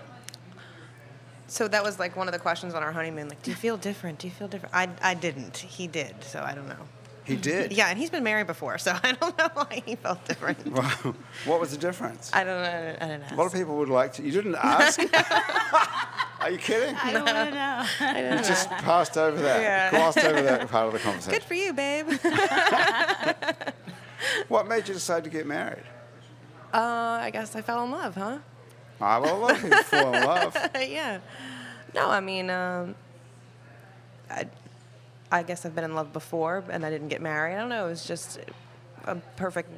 Speaker 3: So that was like one of the questions on our honeymoon. Like, do you feel different? Do you feel different? I, I didn't. He did. So I don't know.
Speaker 1: He did.
Speaker 3: Mm, Yeah, and he's been married before, so [LAUGHS] I don't know why he felt different.
Speaker 1: [LAUGHS] Wow. What was the difference?
Speaker 3: [LAUGHS] I don't know. I don't know.
Speaker 1: A lot of people would like to. You didn't
Speaker 3: [LAUGHS]
Speaker 1: ask. Are you kidding?
Speaker 2: I don't want to
Speaker 1: You
Speaker 2: know.
Speaker 1: just passed over that,
Speaker 3: Yeah. [LAUGHS]
Speaker 1: glossed over that part of the conversation.
Speaker 3: Good for you, babe.
Speaker 1: What made you decide to get married?
Speaker 3: [LAUGHS] Uh, I guess I fell in love, huh? [LAUGHS]
Speaker 1: I will love you for love.
Speaker 3: yeah. No, I mean, um, I, I guess I've been in love before, and I didn't get married. I don't know. It was just a perfect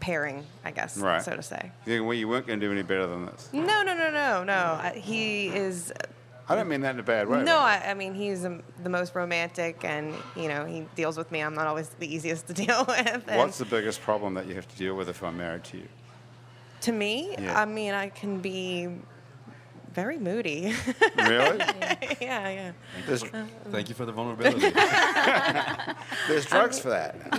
Speaker 3: pairing, I guess,
Speaker 1: Right.
Speaker 3: so to say.
Speaker 1: You, well, you weren't going to do any better than this.
Speaker 3: No, no, no, no, no. I, he is.
Speaker 1: I don't mean that in a bad way.
Speaker 3: No,
Speaker 1: but-
Speaker 3: I, I mean he's um, the most romantic, and you know he deals with me. I'm not always the easiest to [LAUGHS] deal with. And
Speaker 1: What's the biggest problem that you have to deal with if I'm married to you?
Speaker 3: to me,
Speaker 1: Yeah.
Speaker 3: I mean I can be very moody. [LAUGHS]
Speaker 1: Really?
Speaker 3: yeah, yeah.
Speaker 1: There's,
Speaker 4: Thank you for the vulnerability.
Speaker 1: there's drugs for that.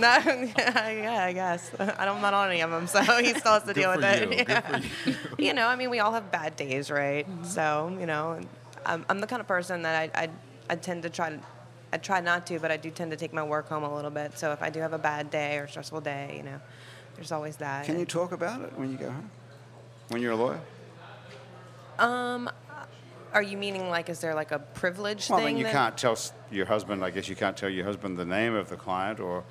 Speaker 3: No, [LAUGHS] yeah, yeah, I guess. I don't, I'm not on any of them, so he still has to
Speaker 4: Good
Speaker 3: deal
Speaker 4: for
Speaker 3: with it.
Speaker 4: you.
Speaker 3: Yeah.
Speaker 4: Good for you.
Speaker 3: [LAUGHS] you know, I mean, we all have bad days, right? So, you know, I'm, I'm the kind of person that I, I, I tend to try to, I try not to, but I do tend to take my work home a little bit. So if I do have a bad day or stressful day, you know, there's always that.
Speaker 1: Can you talk about it when you go home? When you're a lawyer?
Speaker 3: Are you meaning like, is there like a privilege
Speaker 1: Well, I
Speaker 3: thing?
Speaker 1: mean, you
Speaker 3: that-
Speaker 1: can't tell s- your husband, I guess you can't tell your husband the name of the client or.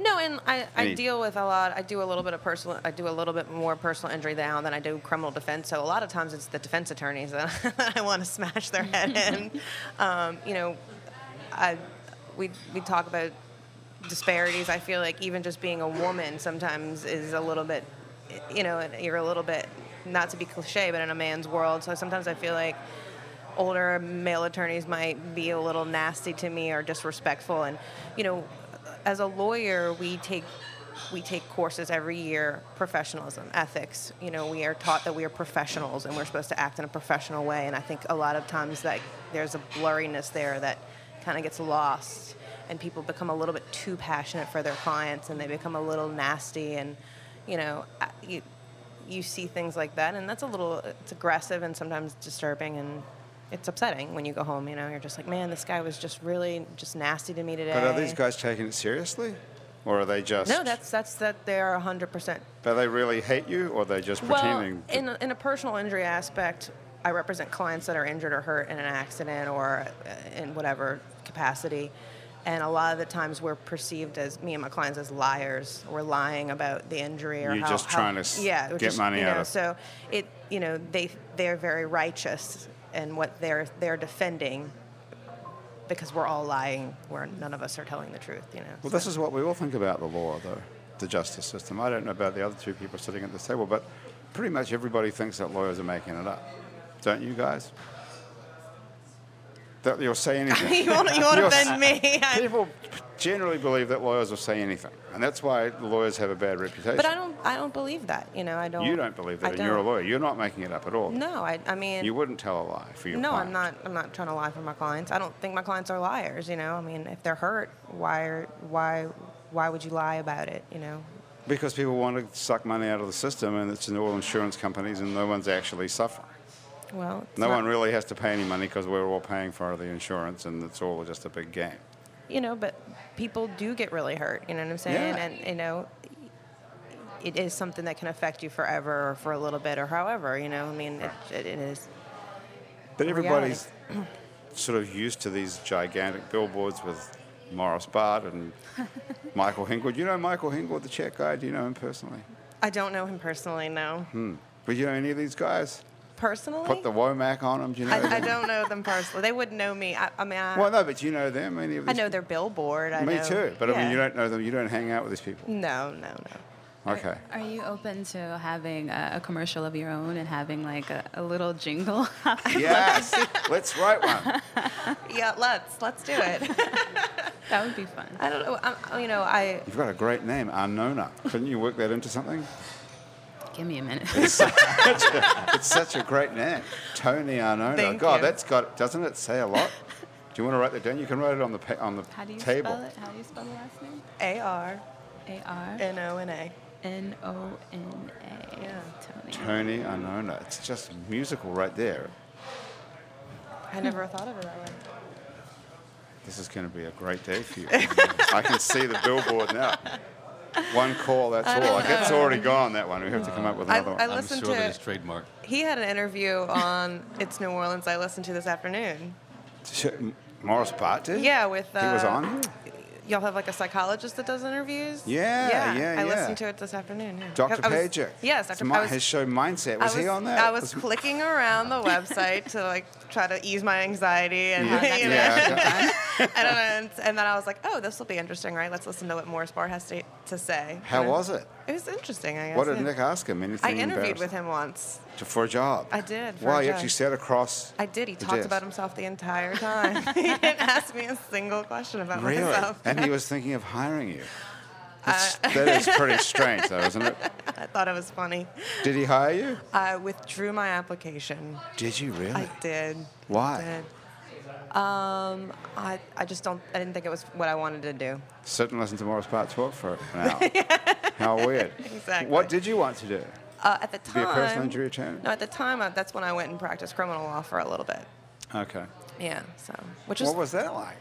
Speaker 3: No, and I, I
Speaker 1: Any-
Speaker 3: deal with a lot. I do a little bit of personal. I do a little bit more personal injury now than I do criminal defense. So a lot of times it's the defense attorneys [LAUGHS] that I want to smash their head in. Um, you know, I we we talk about disparities. I feel like even just being a woman sometimes is a little bit, you know, you're a little bit not to be cliche, but in a man's world. So sometimes I feel like older male attorneys might be a little nasty to me or disrespectful and you know as a lawyer we take we take courses every year professionalism ethics you know we are taught that we are professionals and we're supposed to act in a professional way and i think a lot of times that there's a blurriness there that kind of gets lost and people become a little bit too passionate for their clients and they become a little nasty and you know I- you, you see things like that and that's a little it's aggressive and sometimes disturbing and it's upsetting when you go home you know you're just like man this guy was just really just nasty to me today
Speaker 1: But are these guys taking it seriously? Or are they just.
Speaker 3: no that's that's that they are 100%
Speaker 1: But they really hate you or are they just
Speaker 3: well
Speaker 1: pretending? to-
Speaker 3: in a, in a personal injury aspect i represent clients that are injured or hurt in an accident or uh, in whatever capacity and a lot of the times we're perceived as me and my clients as liars we're lying about the injury or
Speaker 1: You're
Speaker 3: how,
Speaker 1: just
Speaker 3: how-
Speaker 1: trying to s-
Speaker 3: yeah we're
Speaker 1: get
Speaker 3: just,
Speaker 1: money
Speaker 3: you
Speaker 1: out
Speaker 3: know,
Speaker 1: of-
Speaker 3: so it you know they they're very righteous in what they're they're defending because we're all lying where none of us are telling the truth you know
Speaker 1: Well, this is what we all think about the law, though, the justice system. I don't know about the other two people sitting at this table, but pretty much everybody thinks that lawyers are making it up. Don't you guys? That you'll say
Speaker 3: [LAUGHS]
Speaker 1: anything.
Speaker 3: [LAUGHS] you want you want to
Speaker 1: You're- [LAUGHS]
Speaker 3: offend me I-
Speaker 1: People generally believe that lawyers will say anything, and that's why lawyers have a bad reputation.
Speaker 3: But I don't. I don't believe that. You know, I don't.
Speaker 1: you don't believe that,
Speaker 3: I
Speaker 1: and you're a
Speaker 3: don't.
Speaker 1: lawyer. You're not making it up at all.
Speaker 3: No, I. I mean.
Speaker 1: You wouldn't tell a lie for your
Speaker 3: no,
Speaker 1: client.
Speaker 3: I'm not. I'm not trying to lie for my clients. I don't think my clients are liars. You know, I mean, if they're hurt, why? are- Why? Why would you lie about it? You know.
Speaker 1: Because people want to suck money out of the system, and it's in all insurance companies, and no one's actually suffering.
Speaker 3: Well. it's
Speaker 1: No
Speaker 3: not-
Speaker 1: one really has to pay any money because we're all paying for the insurance, and it's all just a big game.
Speaker 3: You know, but people do get really hurt. You know what I'm saying?
Speaker 1: Yeah.
Speaker 3: And you know. It is something that can affect you forever, or for a little bit, or however. You know, I mean, it, it, it is.
Speaker 1: But
Speaker 3: Reality.
Speaker 1: everybody's sort of used to these gigantic billboards with Morris Bart [LAUGHS] and Michael Hingwood. You know Michael Hingwood, the Czech guy? Do you know him personally?
Speaker 3: I don't know him personally. No.
Speaker 1: But you know any of these guys?
Speaker 3: Personally.
Speaker 1: Hmm. Put the Womack on them. Do you know?
Speaker 3: I, I
Speaker 1: [LAUGHS] them?
Speaker 3: don't know them personally. They wouldn't know me. I, I mean, I,
Speaker 1: Well, no, but you know them. Any of
Speaker 3: I
Speaker 1: these?
Speaker 3: know their billboard. I
Speaker 1: Me
Speaker 3: know,
Speaker 1: too. But I mean,
Speaker 3: yeah.
Speaker 1: you don't know them. You don't hang out with these people.
Speaker 3: No, no, no.
Speaker 1: Okay. [LAUGHS]
Speaker 2: Are you open to having a, a commercial of your own and having like a, a little jingle? [LAUGHS] that
Speaker 1: Yes. Let's write one.
Speaker 3: Yeah, let's let's do
Speaker 1: [LAUGHS]
Speaker 3: it.
Speaker 2: would be fun.
Speaker 3: I don't know. I'm, you know, I
Speaker 1: You've got a great name, Arnona. Couldn't you work that into something?
Speaker 2: Give me a minute.
Speaker 1: It's such a great name, Tony Arnona.
Speaker 3: Thank
Speaker 1: God,
Speaker 3: you.
Speaker 1: that's got doesn't it say a lot? Do you want to write that down? You can write it on the pa- on the
Speaker 2: How do you
Speaker 1: table.
Speaker 2: spell it? How do you spell the last name?
Speaker 3: A R
Speaker 2: A R
Speaker 3: N O N A.
Speaker 2: N O N A.
Speaker 3: Yeah.
Speaker 2: Tony.
Speaker 1: Tony Arnona. It's just musical right there.
Speaker 3: I never thought of it that way.
Speaker 1: This is going to be a great day for
Speaker 3: [LAUGHS]
Speaker 1: you. I can see the billboard now. One call, that's all. Like, it's already gone. That one. We have to come up with
Speaker 3: I-
Speaker 1: another one.
Speaker 3: I
Speaker 4: I'm
Speaker 3: listened
Speaker 4: sure
Speaker 3: to-
Speaker 4: that it's trademark.
Speaker 3: He had an interview on It's New Orleans. I listened to this afternoon.
Speaker 1: Sh- Morris Bart did.
Speaker 3: Yeah, with uh,
Speaker 1: he was on. here?
Speaker 3: y'all have like a psychologist that does interviews?
Speaker 1: Yeah, yeah,
Speaker 3: I
Speaker 1: yeah.
Speaker 3: listened to it this afternoon. Yeah.
Speaker 1: Dr.
Speaker 3: I was-
Speaker 1: Pajic.
Speaker 3: Yes,
Speaker 1: It's
Speaker 3: Dr.
Speaker 1: mi-
Speaker 3: I was-
Speaker 1: his show Mindset. Was,
Speaker 3: I was,
Speaker 1: he on that?
Speaker 3: I [LAUGHS] was clicking around the website to like try to ease my anxiety and
Speaker 1: Yeah.
Speaker 3: you know,
Speaker 1: Yeah.
Speaker 3: and, and, and then I was like, oh, this will be interesting, right? Let's listen to what Morris Barr has to, to say. [LAUGHS]
Speaker 1: How
Speaker 3: And
Speaker 1: was it?
Speaker 3: It was interesting, I guess.
Speaker 1: What did
Speaker 3: yeah.
Speaker 1: Nick ask him? Anything
Speaker 3: I interviewed
Speaker 1: embarrassing?
Speaker 3: with him once.
Speaker 1: To- for a job.
Speaker 3: I did, for
Speaker 1: wow,
Speaker 3: a
Speaker 1: you
Speaker 3: job.
Speaker 1: actually sat across.
Speaker 3: I did. He
Speaker 1: the
Speaker 3: talked
Speaker 1: desk.
Speaker 3: about himself the entire time. [LAUGHS] he didn't ask me a single question about [LAUGHS]
Speaker 1: Really?
Speaker 3: myself.
Speaker 1: and he was thinking of hiring you.
Speaker 3: Uh,
Speaker 1: That's, that is pretty strange, though,
Speaker 3: [LAUGHS]
Speaker 1: isn't it?
Speaker 3: I thought it was funny.
Speaker 1: Did he hire you?
Speaker 3: I withdrew my application.
Speaker 1: Did you really?
Speaker 3: I did.
Speaker 1: Why?
Speaker 3: Did. Um, I, I just don't. I didn't think it was what I wanted to do.
Speaker 1: Sit and listen to Morris Part talk for
Speaker 3: [LAUGHS]
Speaker 1: an hour. How weird.
Speaker 3: Exactly.
Speaker 1: What did you want to do?
Speaker 3: Uh, at the
Speaker 1: Be
Speaker 3: time,
Speaker 1: a personal injury attorney?
Speaker 3: no. At the time, I, that's when I went and practiced criminal law for a little bit.
Speaker 1: Okay.
Speaker 3: Yeah. So, which is
Speaker 1: What was that like?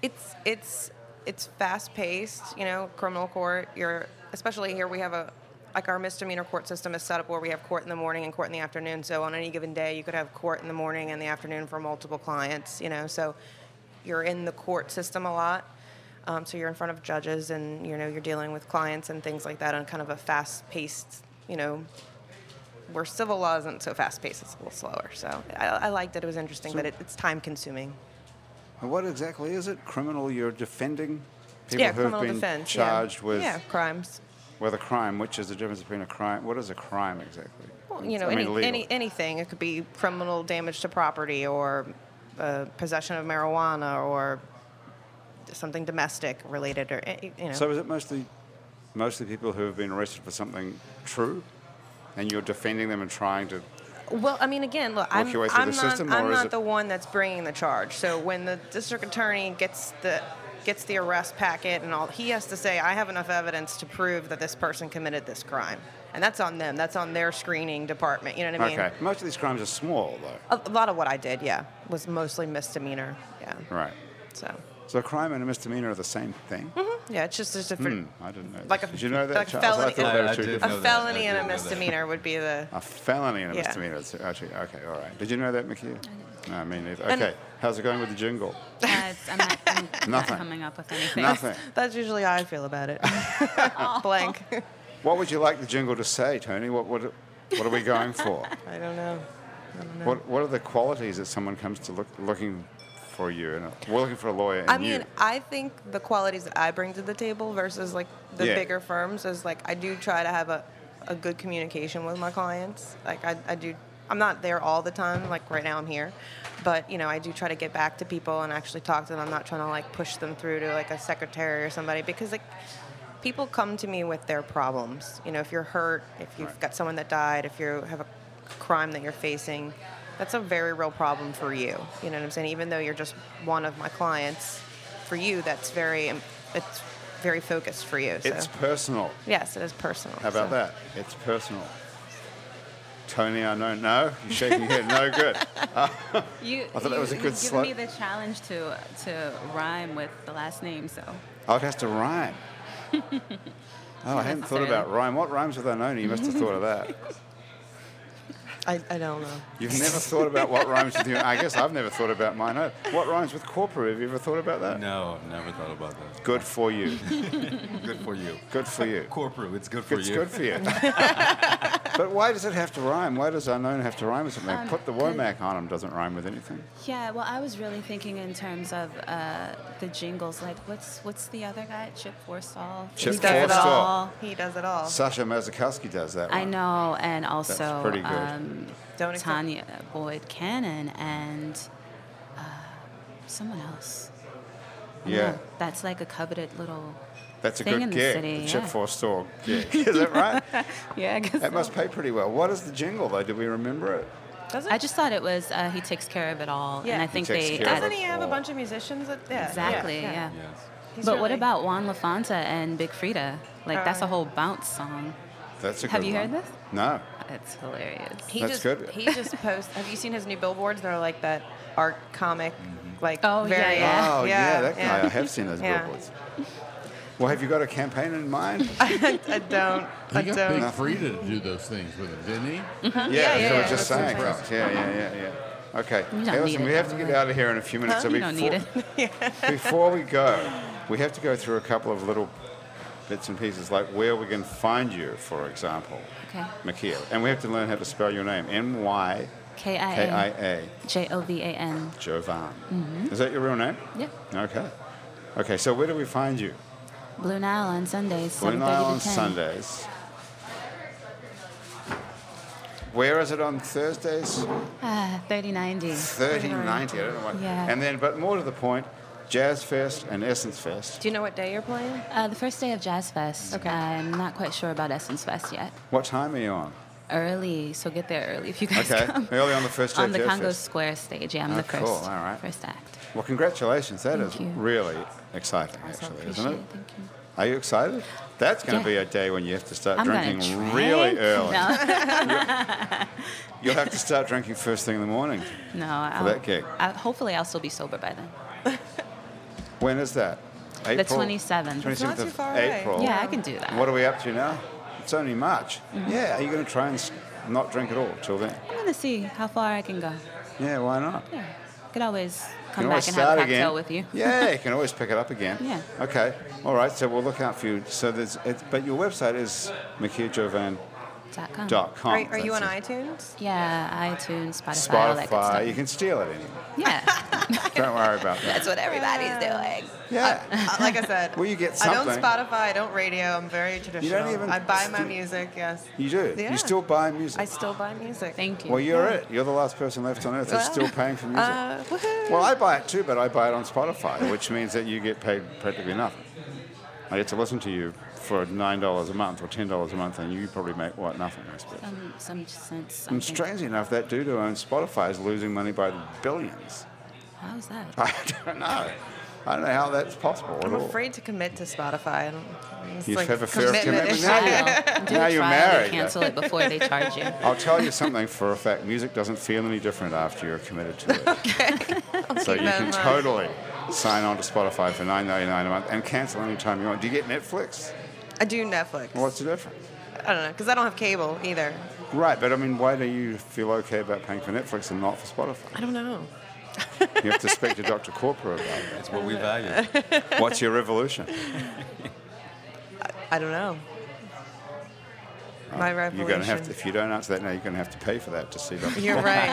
Speaker 3: it's it's it's fast paced. You know, criminal court. You're especially here. We have a like our misdemeanor court system is set up where we have court in the morning and court in the afternoon. So on any given day, you could have court in the morning and the afternoon for multiple clients. You know, so you're in the court system a lot. Um, so you're in front of judges and you know you're dealing with clients and things like that on kind of a fast paced. You know. Where civil law isn't so fast paced, it's a little slower. So I, I liked it. It was interesting, but it, it's time consuming.
Speaker 1: And what exactly is it? Criminal you're defending? People
Speaker 3: yeah,
Speaker 1: who
Speaker 3: criminal
Speaker 1: have been
Speaker 3: defense. yeah.
Speaker 1: charged with,
Speaker 3: yeah crimes.
Speaker 1: with a crime, which is the difference between a crime. What is a crime exactly?
Speaker 3: Well, you know,
Speaker 1: I mean,
Speaker 3: any,
Speaker 1: legal.
Speaker 3: any anything. It could be criminal damage to property or uh, possession of marijuana or something domestic related or eh, you know.
Speaker 1: So is it mostly mostly people who have been arrested for something true, and you're defending them and trying to?
Speaker 3: well, I mean, again, look, I'm,
Speaker 1: your way through
Speaker 3: I'm
Speaker 1: the
Speaker 3: not
Speaker 1: system,
Speaker 3: I'm
Speaker 1: or is
Speaker 3: not
Speaker 1: it-
Speaker 3: the one that's bringing the charge. So when the district attorney gets the gets the arrest packet and all, he has to say, I have enough evidence to prove that this person committed this crime, and that's on them. That's on their screening department. You know what I mean?
Speaker 1: okay. Most of these crimes are small though.
Speaker 3: A, a lot of what I did, yeah, was mostly misdemeanor. Yeah.
Speaker 1: Right.
Speaker 3: So,
Speaker 1: So a crime and a misdemeanor are the same thing. Hmm,
Speaker 3: yeah, it's just a different.
Speaker 1: I didn't know.
Speaker 3: Mm-hmm. Like
Speaker 1: this.
Speaker 3: a-
Speaker 1: Did you know that?
Speaker 3: like a
Speaker 1: Charles? Hmm. I
Speaker 3: felony-
Speaker 1: thought they
Speaker 4: I-
Speaker 1: were
Speaker 4: I
Speaker 1: two
Speaker 4: did
Speaker 1: different.
Speaker 4: know
Speaker 3: A
Speaker 4: that. I
Speaker 3: felony
Speaker 4: did
Speaker 3: and a
Speaker 4: know that.
Speaker 3: misdemeanor would be the.
Speaker 1: A felony and a
Speaker 3: Yeah.
Speaker 1: misdemeanor. It's Actually, okay, all right. Did you know that, McHugh? No, me neither.
Speaker 3: And-
Speaker 1: Okay, how's it going with the
Speaker 3: [LAUGHS]
Speaker 1: jingle?
Speaker 2: Uh, it's- I'm not,
Speaker 1: [LAUGHS]
Speaker 2: I'm not
Speaker 1: Nothing.
Speaker 2: coming up with anything.
Speaker 1: Nothing.
Speaker 3: That's usually how I feel about it. Blank.
Speaker 1: What would you like the jingle to say, Tony? What what, what are we going for?
Speaker 3: I don't know.
Speaker 1: What what are the qualities that someone comes to look looking for you? And we're looking for a lawyer. And
Speaker 3: I mean,
Speaker 1: you.
Speaker 3: I think the qualities that I bring to the table versus like the
Speaker 1: Yeah.
Speaker 3: bigger firms is like I do try to have a, a good communication with my clients. Like I, I do. I'm not there all the time. Like right now, I'm here, but you know, I do try to get back to people and actually talk to them. I'm not trying to like push them through to like a secretary or somebody because like people come to me with their problems. You know, if you're hurt, if you've
Speaker 1: Right.
Speaker 3: got someone that died, if you have a crime that you're facing, that's a very real problem for you. You know what I'm saying? Even though you're just one of my clients, for you, that's very, it's very focused for you. So.
Speaker 1: it's personal.
Speaker 3: yes, it is personal.
Speaker 1: How about
Speaker 3: so.
Speaker 1: that? It's personal. Tony, I know. No, you're shaking your head.
Speaker 3: [LAUGHS]
Speaker 1: No good.
Speaker 2: You,
Speaker 1: I thought that
Speaker 2: you-
Speaker 1: was a good
Speaker 2: you've
Speaker 1: slut.
Speaker 2: given me the challenge to to rhyme with the last name, so
Speaker 1: Oh, it has to
Speaker 3: [LAUGHS]
Speaker 1: rhyme. Oh, I hadn't thought
Speaker 2: necessarily.
Speaker 1: about rhyme. What rhymes with unknown? E? You must have thought of that.
Speaker 3: I, I don't know.
Speaker 1: You've never thought about what rhymes with you. I guess I've never thought about mine. either. What rhymes with corpora? Have you ever thought about that?
Speaker 4: No, I've never thought about that.
Speaker 1: Good for you.
Speaker 4: Good for you.
Speaker 1: Good for you.
Speaker 4: Corporate, it's good for
Speaker 1: It's
Speaker 4: you.
Speaker 1: good
Speaker 4: [LAUGHS]
Speaker 1: for you. but why does it have to rhyme? Why does unknown have to rhyme with something?
Speaker 2: Um,
Speaker 1: Put the
Speaker 2: good.
Speaker 1: Womack on him doesn't rhyme with anything.
Speaker 2: yeah. Well, I was really thinking in terms of uh, the jingles. Like, what's what's the other guy? Chip Forstall.
Speaker 1: Chip
Speaker 2: He
Speaker 3: does
Speaker 2: does it
Speaker 3: Forstall.
Speaker 2: all.
Speaker 3: He does it all.
Speaker 1: Sasha Mazakowski does that.
Speaker 2: I
Speaker 1: one.
Speaker 2: know, and also
Speaker 1: pretty good.
Speaker 2: Um,
Speaker 3: Don't accept-
Speaker 2: Tanya Boyd Cannon and uh, someone else. I don't
Speaker 1: Yeah.
Speaker 2: know. that's like a coveted little.
Speaker 1: That's a
Speaker 2: thing
Speaker 1: good
Speaker 2: in the
Speaker 1: gig.
Speaker 2: city,
Speaker 1: the Chip
Speaker 2: yeah. [LAUGHS]
Speaker 1: Forstall gig. Is that right?
Speaker 2: Yeah, I guess.
Speaker 1: That must pay pretty well. What is the jingle though? Do we remember it?
Speaker 3: Doesn't,
Speaker 2: I just thought it was uh, he takes care of it all,
Speaker 3: Yeah.
Speaker 2: and I
Speaker 3: He
Speaker 2: think
Speaker 1: takes
Speaker 2: they
Speaker 1: care of
Speaker 2: added
Speaker 3: doesn't he have a bunch of musicians? That, yeah, yeah,
Speaker 2: Exactly. Yeah.
Speaker 4: Yes.
Speaker 3: He's
Speaker 2: But what
Speaker 3: really-
Speaker 2: about Juan LaFonta and Big Frida? Like that's a
Speaker 3: Uh,
Speaker 2: whole bounce song.
Speaker 1: That's a
Speaker 2: Have
Speaker 1: good
Speaker 2: you
Speaker 1: one.
Speaker 2: heard this?
Speaker 1: No.
Speaker 2: It's hilarious.
Speaker 3: He
Speaker 1: That's
Speaker 3: just,
Speaker 1: good.
Speaker 3: He just posts. Have you seen his new billboards? They're like that art comic, like
Speaker 2: Oh, yeah,
Speaker 3: very,
Speaker 2: yeah.
Speaker 1: Mm-hmm. Oh yeah, that guy. I
Speaker 3: yeah.
Speaker 1: have seen those
Speaker 3: Yeah.
Speaker 1: billboards. Well, have you got a campaign in
Speaker 2: [LAUGHS]
Speaker 1: mind?
Speaker 3: I don't. I
Speaker 5: He got Big
Speaker 3: don't.
Speaker 5: Frida to do those things with him, didn't he?
Speaker 1: yeah, that's what I was
Speaker 3: yeah,
Speaker 1: just
Speaker 5: that's
Speaker 1: saying.
Speaker 5: impressive.
Speaker 1: Yeah, yeah, yeah, yeah. Okay.
Speaker 2: You don't
Speaker 1: Hey,
Speaker 2: need
Speaker 1: listen,
Speaker 2: it,
Speaker 1: we have
Speaker 2: by
Speaker 1: to
Speaker 2: the
Speaker 1: get
Speaker 2: way.
Speaker 1: out of here in a few minutes. So
Speaker 2: You don't need
Speaker 1: before- Before we go, we have to go through a couple of little bits and pieces, like where we can find you, for example.
Speaker 2: [LAUGHS] Okay.
Speaker 1: Makia. And we have to learn how to spell your name. M Y
Speaker 2: K
Speaker 1: K
Speaker 2: I
Speaker 1: I
Speaker 2: A
Speaker 1: A.
Speaker 2: J O V A N.
Speaker 1: Jovan. Is that your real name?
Speaker 2: Yeah.
Speaker 1: Okay. Okay, so where do we find you?
Speaker 2: Blue Nile on Sundays.
Speaker 1: Blue
Speaker 2: 7:30
Speaker 1: Nile
Speaker 2: to
Speaker 1: on
Speaker 2: 10.
Speaker 1: Sundays. Where is it on Thursdays?
Speaker 2: Ah, 3090.
Speaker 1: 3090, I don't know what.
Speaker 2: Yeah.
Speaker 1: And then, but more to the point, Jazz Fest and Essence Fest.
Speaker 3: Do you know what day you're playing?
Speaker 2: Uh, the first day of Jazz Fest.
Speaker 3: Okay.
Speaker 2: I'm not quite sure about Essence Fest yet.
Speaker 1: What time are you on?
Speaker 2: Early, so get there early if you guys
Speaker 1: Okay,
Speaker 2: [LAUGHS] come.
Speaker 1: early on the first day
Speaker 2: On
Speaker 1: of
Speaker 2: the
Speaker 1: Jazz
Speaker 2: Congo
Speaker 1: Fest.
Speaker 2: Square stage, yeah, I'm
Speaker 1: Oh,
Speaker 2: the first,
Speaker 1: cool, all right.
Speaker 2: first act.
Speaker 1: Well, congratulations. That is
Speaker 2: Thank you.
Speaker 1: really exciting,
Speaker 2: So
Speaker 1: actually,
Speaker 2: appreciate
Speaker 1: isn't it?
Speaker 2: Thank you.
Speaker 1: Are you excited? That's going to
Speaker 2: Yeah.
Speaker 1: be a day when you have to start
Speaker 2: I'm
Speaker 1: drinking
Speaker 2: gonna drink.
Speaker 1: really early.
Speaker 2: [LAUGHS] No,
Speaker 1: You'll have to start drinking first thing in the morning.
Speaker 2: no. I'll,
Speaker 1: that gig.
Speaker 2: I'll- hopefully, I'll still be sober by then.
Speaker 1: When is that? April?
Speaker 2: 27th. It's
Speaker 1: 27th
Speaker 3: not too
Speaker 1: of
Speaker 3: far away.
Speaker 1: April.
Speaker 2: Yeah, Mm-hmm. I can do
Speaker 1: And
Speaker 2: that.
Speaker 1: what are we up to now? It's only March. Yeah, are you going to try and s- not drink at all till then?
Speaker 2: I'm gonna see how far I can go.
Speaker 1: Yeah, why not?
Speaker 2: Yeah, could always
Speaker 1: You
Speaker 2: come
Speaker 1: can
Speaker 2: back
Speaker 1: always
Speaker 2: and have a
Speaker 1: start
Speaker 2: cocktail
Speaker 1: again.
Speaker 2: with you.
Speaker 1: [LAUGHS] yeah, you can always pick it up again.
Speaker 2: Yeah.
Speaker 1: Okay. All right. So we'll look out for you. So there's, it's, but your website is makiajovan.com.
Speaker 2: Dot com.
Speaker 1: Oh,
Speaker 3: Are, are you on
Speaker 1: That's it.
Speaker 2: [LAUGHS]
Speaker 3: iTunes?
Speaker 2: Yeah, iTunes, Spotify, all that good
Speaker 1: Spotify.
Speaker 2: stuff.
Speaker 1: You can steal it anyway.
Speaker 2: Yeah, [LAUGHS]
Speaker 1: Don't worry about that. [LAUGHS]
Speaker 2: that's what everybody's doing.
Speaker 1: Yeah.
Speaker 3: Uh, like I said,
Speaker 1: Well, you get
Speaker 3: I don't
Speaker 1: something.
Speaker 3: Spotify. I don't radio. I'm very traditional.
Speaker 1: even
Speaker 3: I buy my
Speaker 1: stu-
Speaker 3: music. Yes.
Speaker 1: You do.
Speaker 3: Yeah.
Speaker 1: You still buy music.
Speaker 3: I still buy music.
Speaker 2: Thank you.
Speaker 1: well, you're it. You're the last person left on earth that's still paying for music.
Speaker 3: Uh, woohoo.
Speaker 1: Well, I buy it too, but I buy it on Spotify, which means that you get paid practically nothing. I get to listen to you for nine dollars a month or ten dollars a month, and you probably make what nothing. I suppose.
Speaker 2: some some sense. I
Speaker 1: And
Speaker 2: think.
Speaker 1: strangely enough, that dude who owns Spotify is losing money by the billions. [LAUGHS]
Speaker 2: How's that?
Speaker 1: I don't know. I don't know how that's possible at
Speaker 3: I'm
Speaker 1: all.
Speaker 3: afraid to commit to Spotify. I don't, it's
Speaker 1: You
Speaker 3: like
Speaker 1: have a fear of commitment.
Speaker 3: issue.
Speaker 1: Now
Speaker 2: Trial.
Speaker 1: you're-
Speaker 2: Do a
Speaker 1: now you're
Speaker 2: trial,
Speaker 1: married,
Speaker 2: They cancel it before they
Speaker 1: [LAUGHS]
Speaker 2: charge you.
Speaker 1: I'll tell you something for a fact: music doesn't feel any different after you're committed to
Speaker 3: [LAUGHS]
Speaker 1: it. So
Speaker 3: keep
Speaker 1: you
Speaker 3: that in
Speaker 1: can
Speaker 3: mind.
Speaker 1: totally sign on to Spotify for nine ninety nine a month and cancel anytime you want. Do you get Netflix?
Speaker 3: [LAUGHS] I do Netflix.
Speaker 1: What's the difference?
Speaker 3: I don't know because I don't have cable either.
Speaker 1: Right, but I mean, why do you feel okay about paying for Netflix and not for Spotify?
Speaker 3: I don't know.
Speaker 1: You have to speak to Dr. Corpora about
Speaker 4: It's what we value.
Speaker 1: it. What's your revolution?
Speaker 3: I don't know. My [LAUGHS] revolution.
Speaker 1: You're going to have to, if you don't answer that now, you're going to have to pay for that to [LAUGHS] see Dr.
Speaker 3: You're right.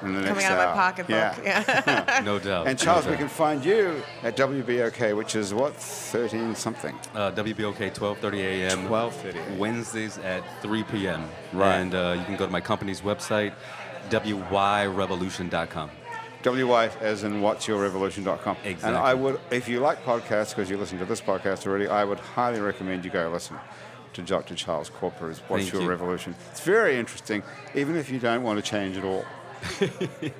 Speaker 1: in the next
Speaker 3: Coming out of my
Speaker 1: hour.
Speaker 3: pocketbook.
Speaker 1: Yeah.
Speaker 3: [LAUGHS] Yeah.
Speaker 4: [LAUGHS] No doubt.
Speaker 1: And Charles,
Speaker 4: no
Speaker 1: we can
Speaker 4: doubt.
Speaker 1: find you at WBOK, which is what, 13 something?
Speaker 4: Uh, WBOK 12:30 a.m.
Speaker 1: 12:30 a.m..
Speaker 4: Wednesdays at 3 p.m.
Speaker 1: Right.
Speaker 4: And uh, you can go to my company's website, wyrevolution.com.
Speaker 1: WY as in what's your revolution.com. And
Speaker 4: Exactly.
Speaker 1: I would, if you like podcasts, because you listen to this podcast already, I would highly recommend you go listen to Dr. Charles Corpora's What's
Speaker 4: Thank
Speaker 1: Your
Speaker 4: you.
Speaker 1: Revolution. It's very interesting, even if you don't want to change at all.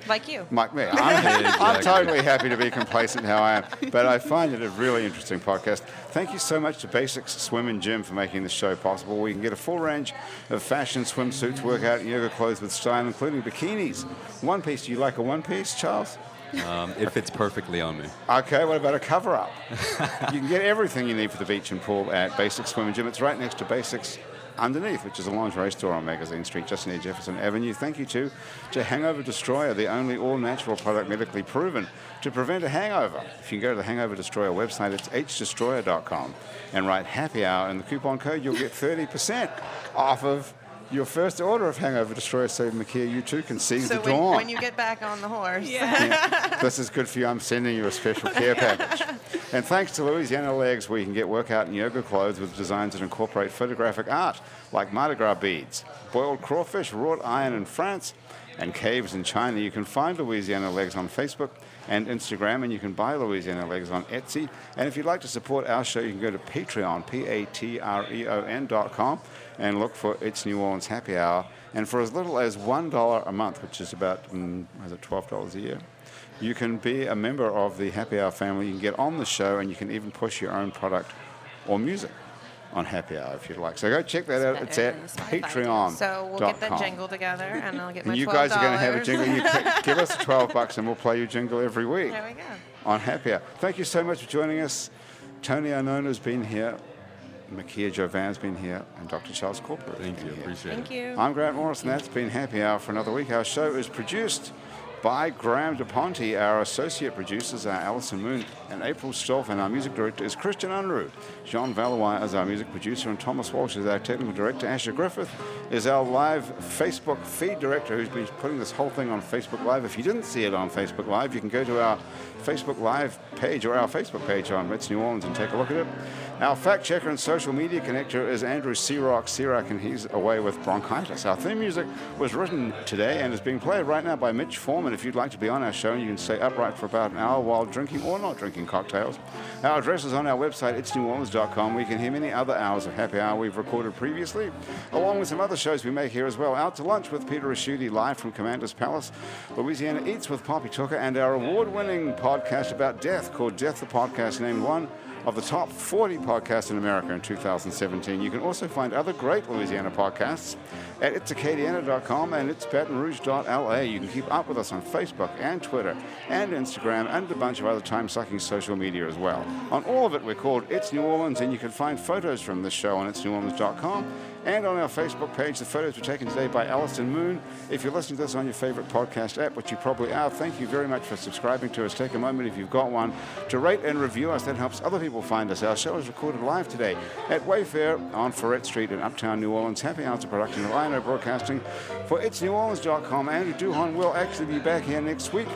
Speaker 3: like you.
Speaker 1: Like me, I'm, I'm
Speaker 4: Exactly.
Speaker 1: totally happy to be complacent how I am, but I find it a really interesting podcast. Thank you so much to Basics Swim and Gym for making this show possible. We can get a full range of fashion, swimsuits, workout, and yoga clothes with style, including bikinis. One piece, do you like a one piece, Charles?
Speaker 4: Um, it fits perfectly on me.
Speaker 1: Okay, what about a cover up? [LAUGHS] you can get everything you need for the beach and pool at Basics Swim and Gym. It's right next to Basics Underneath, which is a lingerie store on Magazine Street, just near Jefferson Avenue. Thank you to, to Hangover Destroyer, the only all natural product medically proven to prevent a hangover. If you can go to the Hangover Destroyer website, it's hdestroyer.com, and write happy hour in the coupon code, you'll get 30% off of your first order of Hangover Destroyer. So, Makia, you too can see
Speaker 3: So
Speaker 1: the
Speaker 3: when,
Speaker 1: dawn.
Speaker 3: when you get back on the horse,
Speaker 1: Yeah. this is good for you. I'm sending you a special care package. And thanks to Louisiana Legs, where you can get workout and yoga clothes with designs that incorporate photographic art, like Mardi Gras beads, boiled crawfish, wrought iron in France, and caves in China. You can find Louisiana Legs on Facebook and Instagram, and you can buy Louisiana Legs on Etsy. And if you'd like to support our show, you can go to Patreon, P-A-T-R-E-O-N E dot com, and look for It's New Orleans Happy Hour. And for as little as $1 a month, which is about, mm, what is it, $12 a year, you can be a member of the Happy Hour family. You can get on the show and you can even push your own product or music on Happy Hour if you'd like. So go check that out.
Speaker 2: better
Speaker 1: It's
Speaker 2: than
Speaker 1: at
Speaker 2: the Spotify
Speaker 1: patreon.
Speaker 3: so we'll get that jingle together, and I'll get my
Speaker 1: And you
Speaker 3: twelve
Speaker 1: guys are going to have a jingle.
Speaker 3: dollars.
Speaker 1: You c- [LAUGHS] give us 12 bucks and we'll play you jingle every week
Speaker 3: There we go.
Speaker 1: on Happy Hour. Thank you so much for joining us. Tony Onona's been here. Makia Jovan's been here. And Dr. Charles Corporate.
Speaker 4: Thank you. Appreciate it.
Speaker 3: Thank you.
Speaker 1: I'm Grant Morris, and that's been Happy Hour for another week. Our show is produced by Graham DePonte. Our associate producers are Alison Moon and April Stolf, and our music director is Christian Unruh. John Valawai is our music producer, and Thomas Walsh is our technical director. Asher Griffith is our live Facebook feed director who's been putting this whole thing on Facebook Live. If you didn't see it on Facebook Live, you can go to our Facebook Live page or our Facebook page on Ritz New Orleans and take a look at it. Our fact checker and social media connector is Andrew Searock Searock, and he's away with bronchitis. Our theme music was written today and is being played right now by Mitch Foreman. If you'd like to be on our show, you can stay upright for about an hour while drinking or not drinking cocktails. Our address is on our website, itsneworleans.com. We can hear many other hours of happy hour we've recorded previously, along with some other shows we make here as well. Out to lunch with Peter Raschuti live from Commander's Palace. Louisiana Eats with Poppy Tucker and our award winning podcast about death called Death the Podcast, named one of the top 40 podcasts in America in 2017. You can also find other great Louisiana podcasts at itsacadiana.com and itsbatonrouge.la. You can keep up with us on Facebook and Twitter and Instagram and a bunch of other time sucking social media as well. On all of it, we're called It's New Orleans, and you can find photos from this show on itsneworleans.com. And on our Facebook page, the photos were taken today by Alison Moon. If you're listening to this on your favorite podcast app, which you probably are, thank you very much for subscribing to us. Take a moment, if you've got one, to rate and review us. That helps other people find us. Our show is recorded live today at Wayfair on Ferret Street in Uptown New Orleans. Happy Hours a production of INO Broadcasting. For itsneworleans.com, Andrew Duhon will actually be back here next week.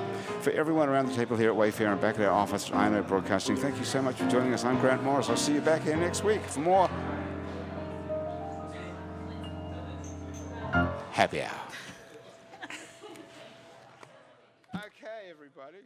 Speaker 1: For everyone around the table here at Wayfair and back at our office at INO Broadcasting, thank you so much for joining us. I'm Grant Morris. I'll see you back here next week for more happy hour. [LAUGHS] okay, everybody.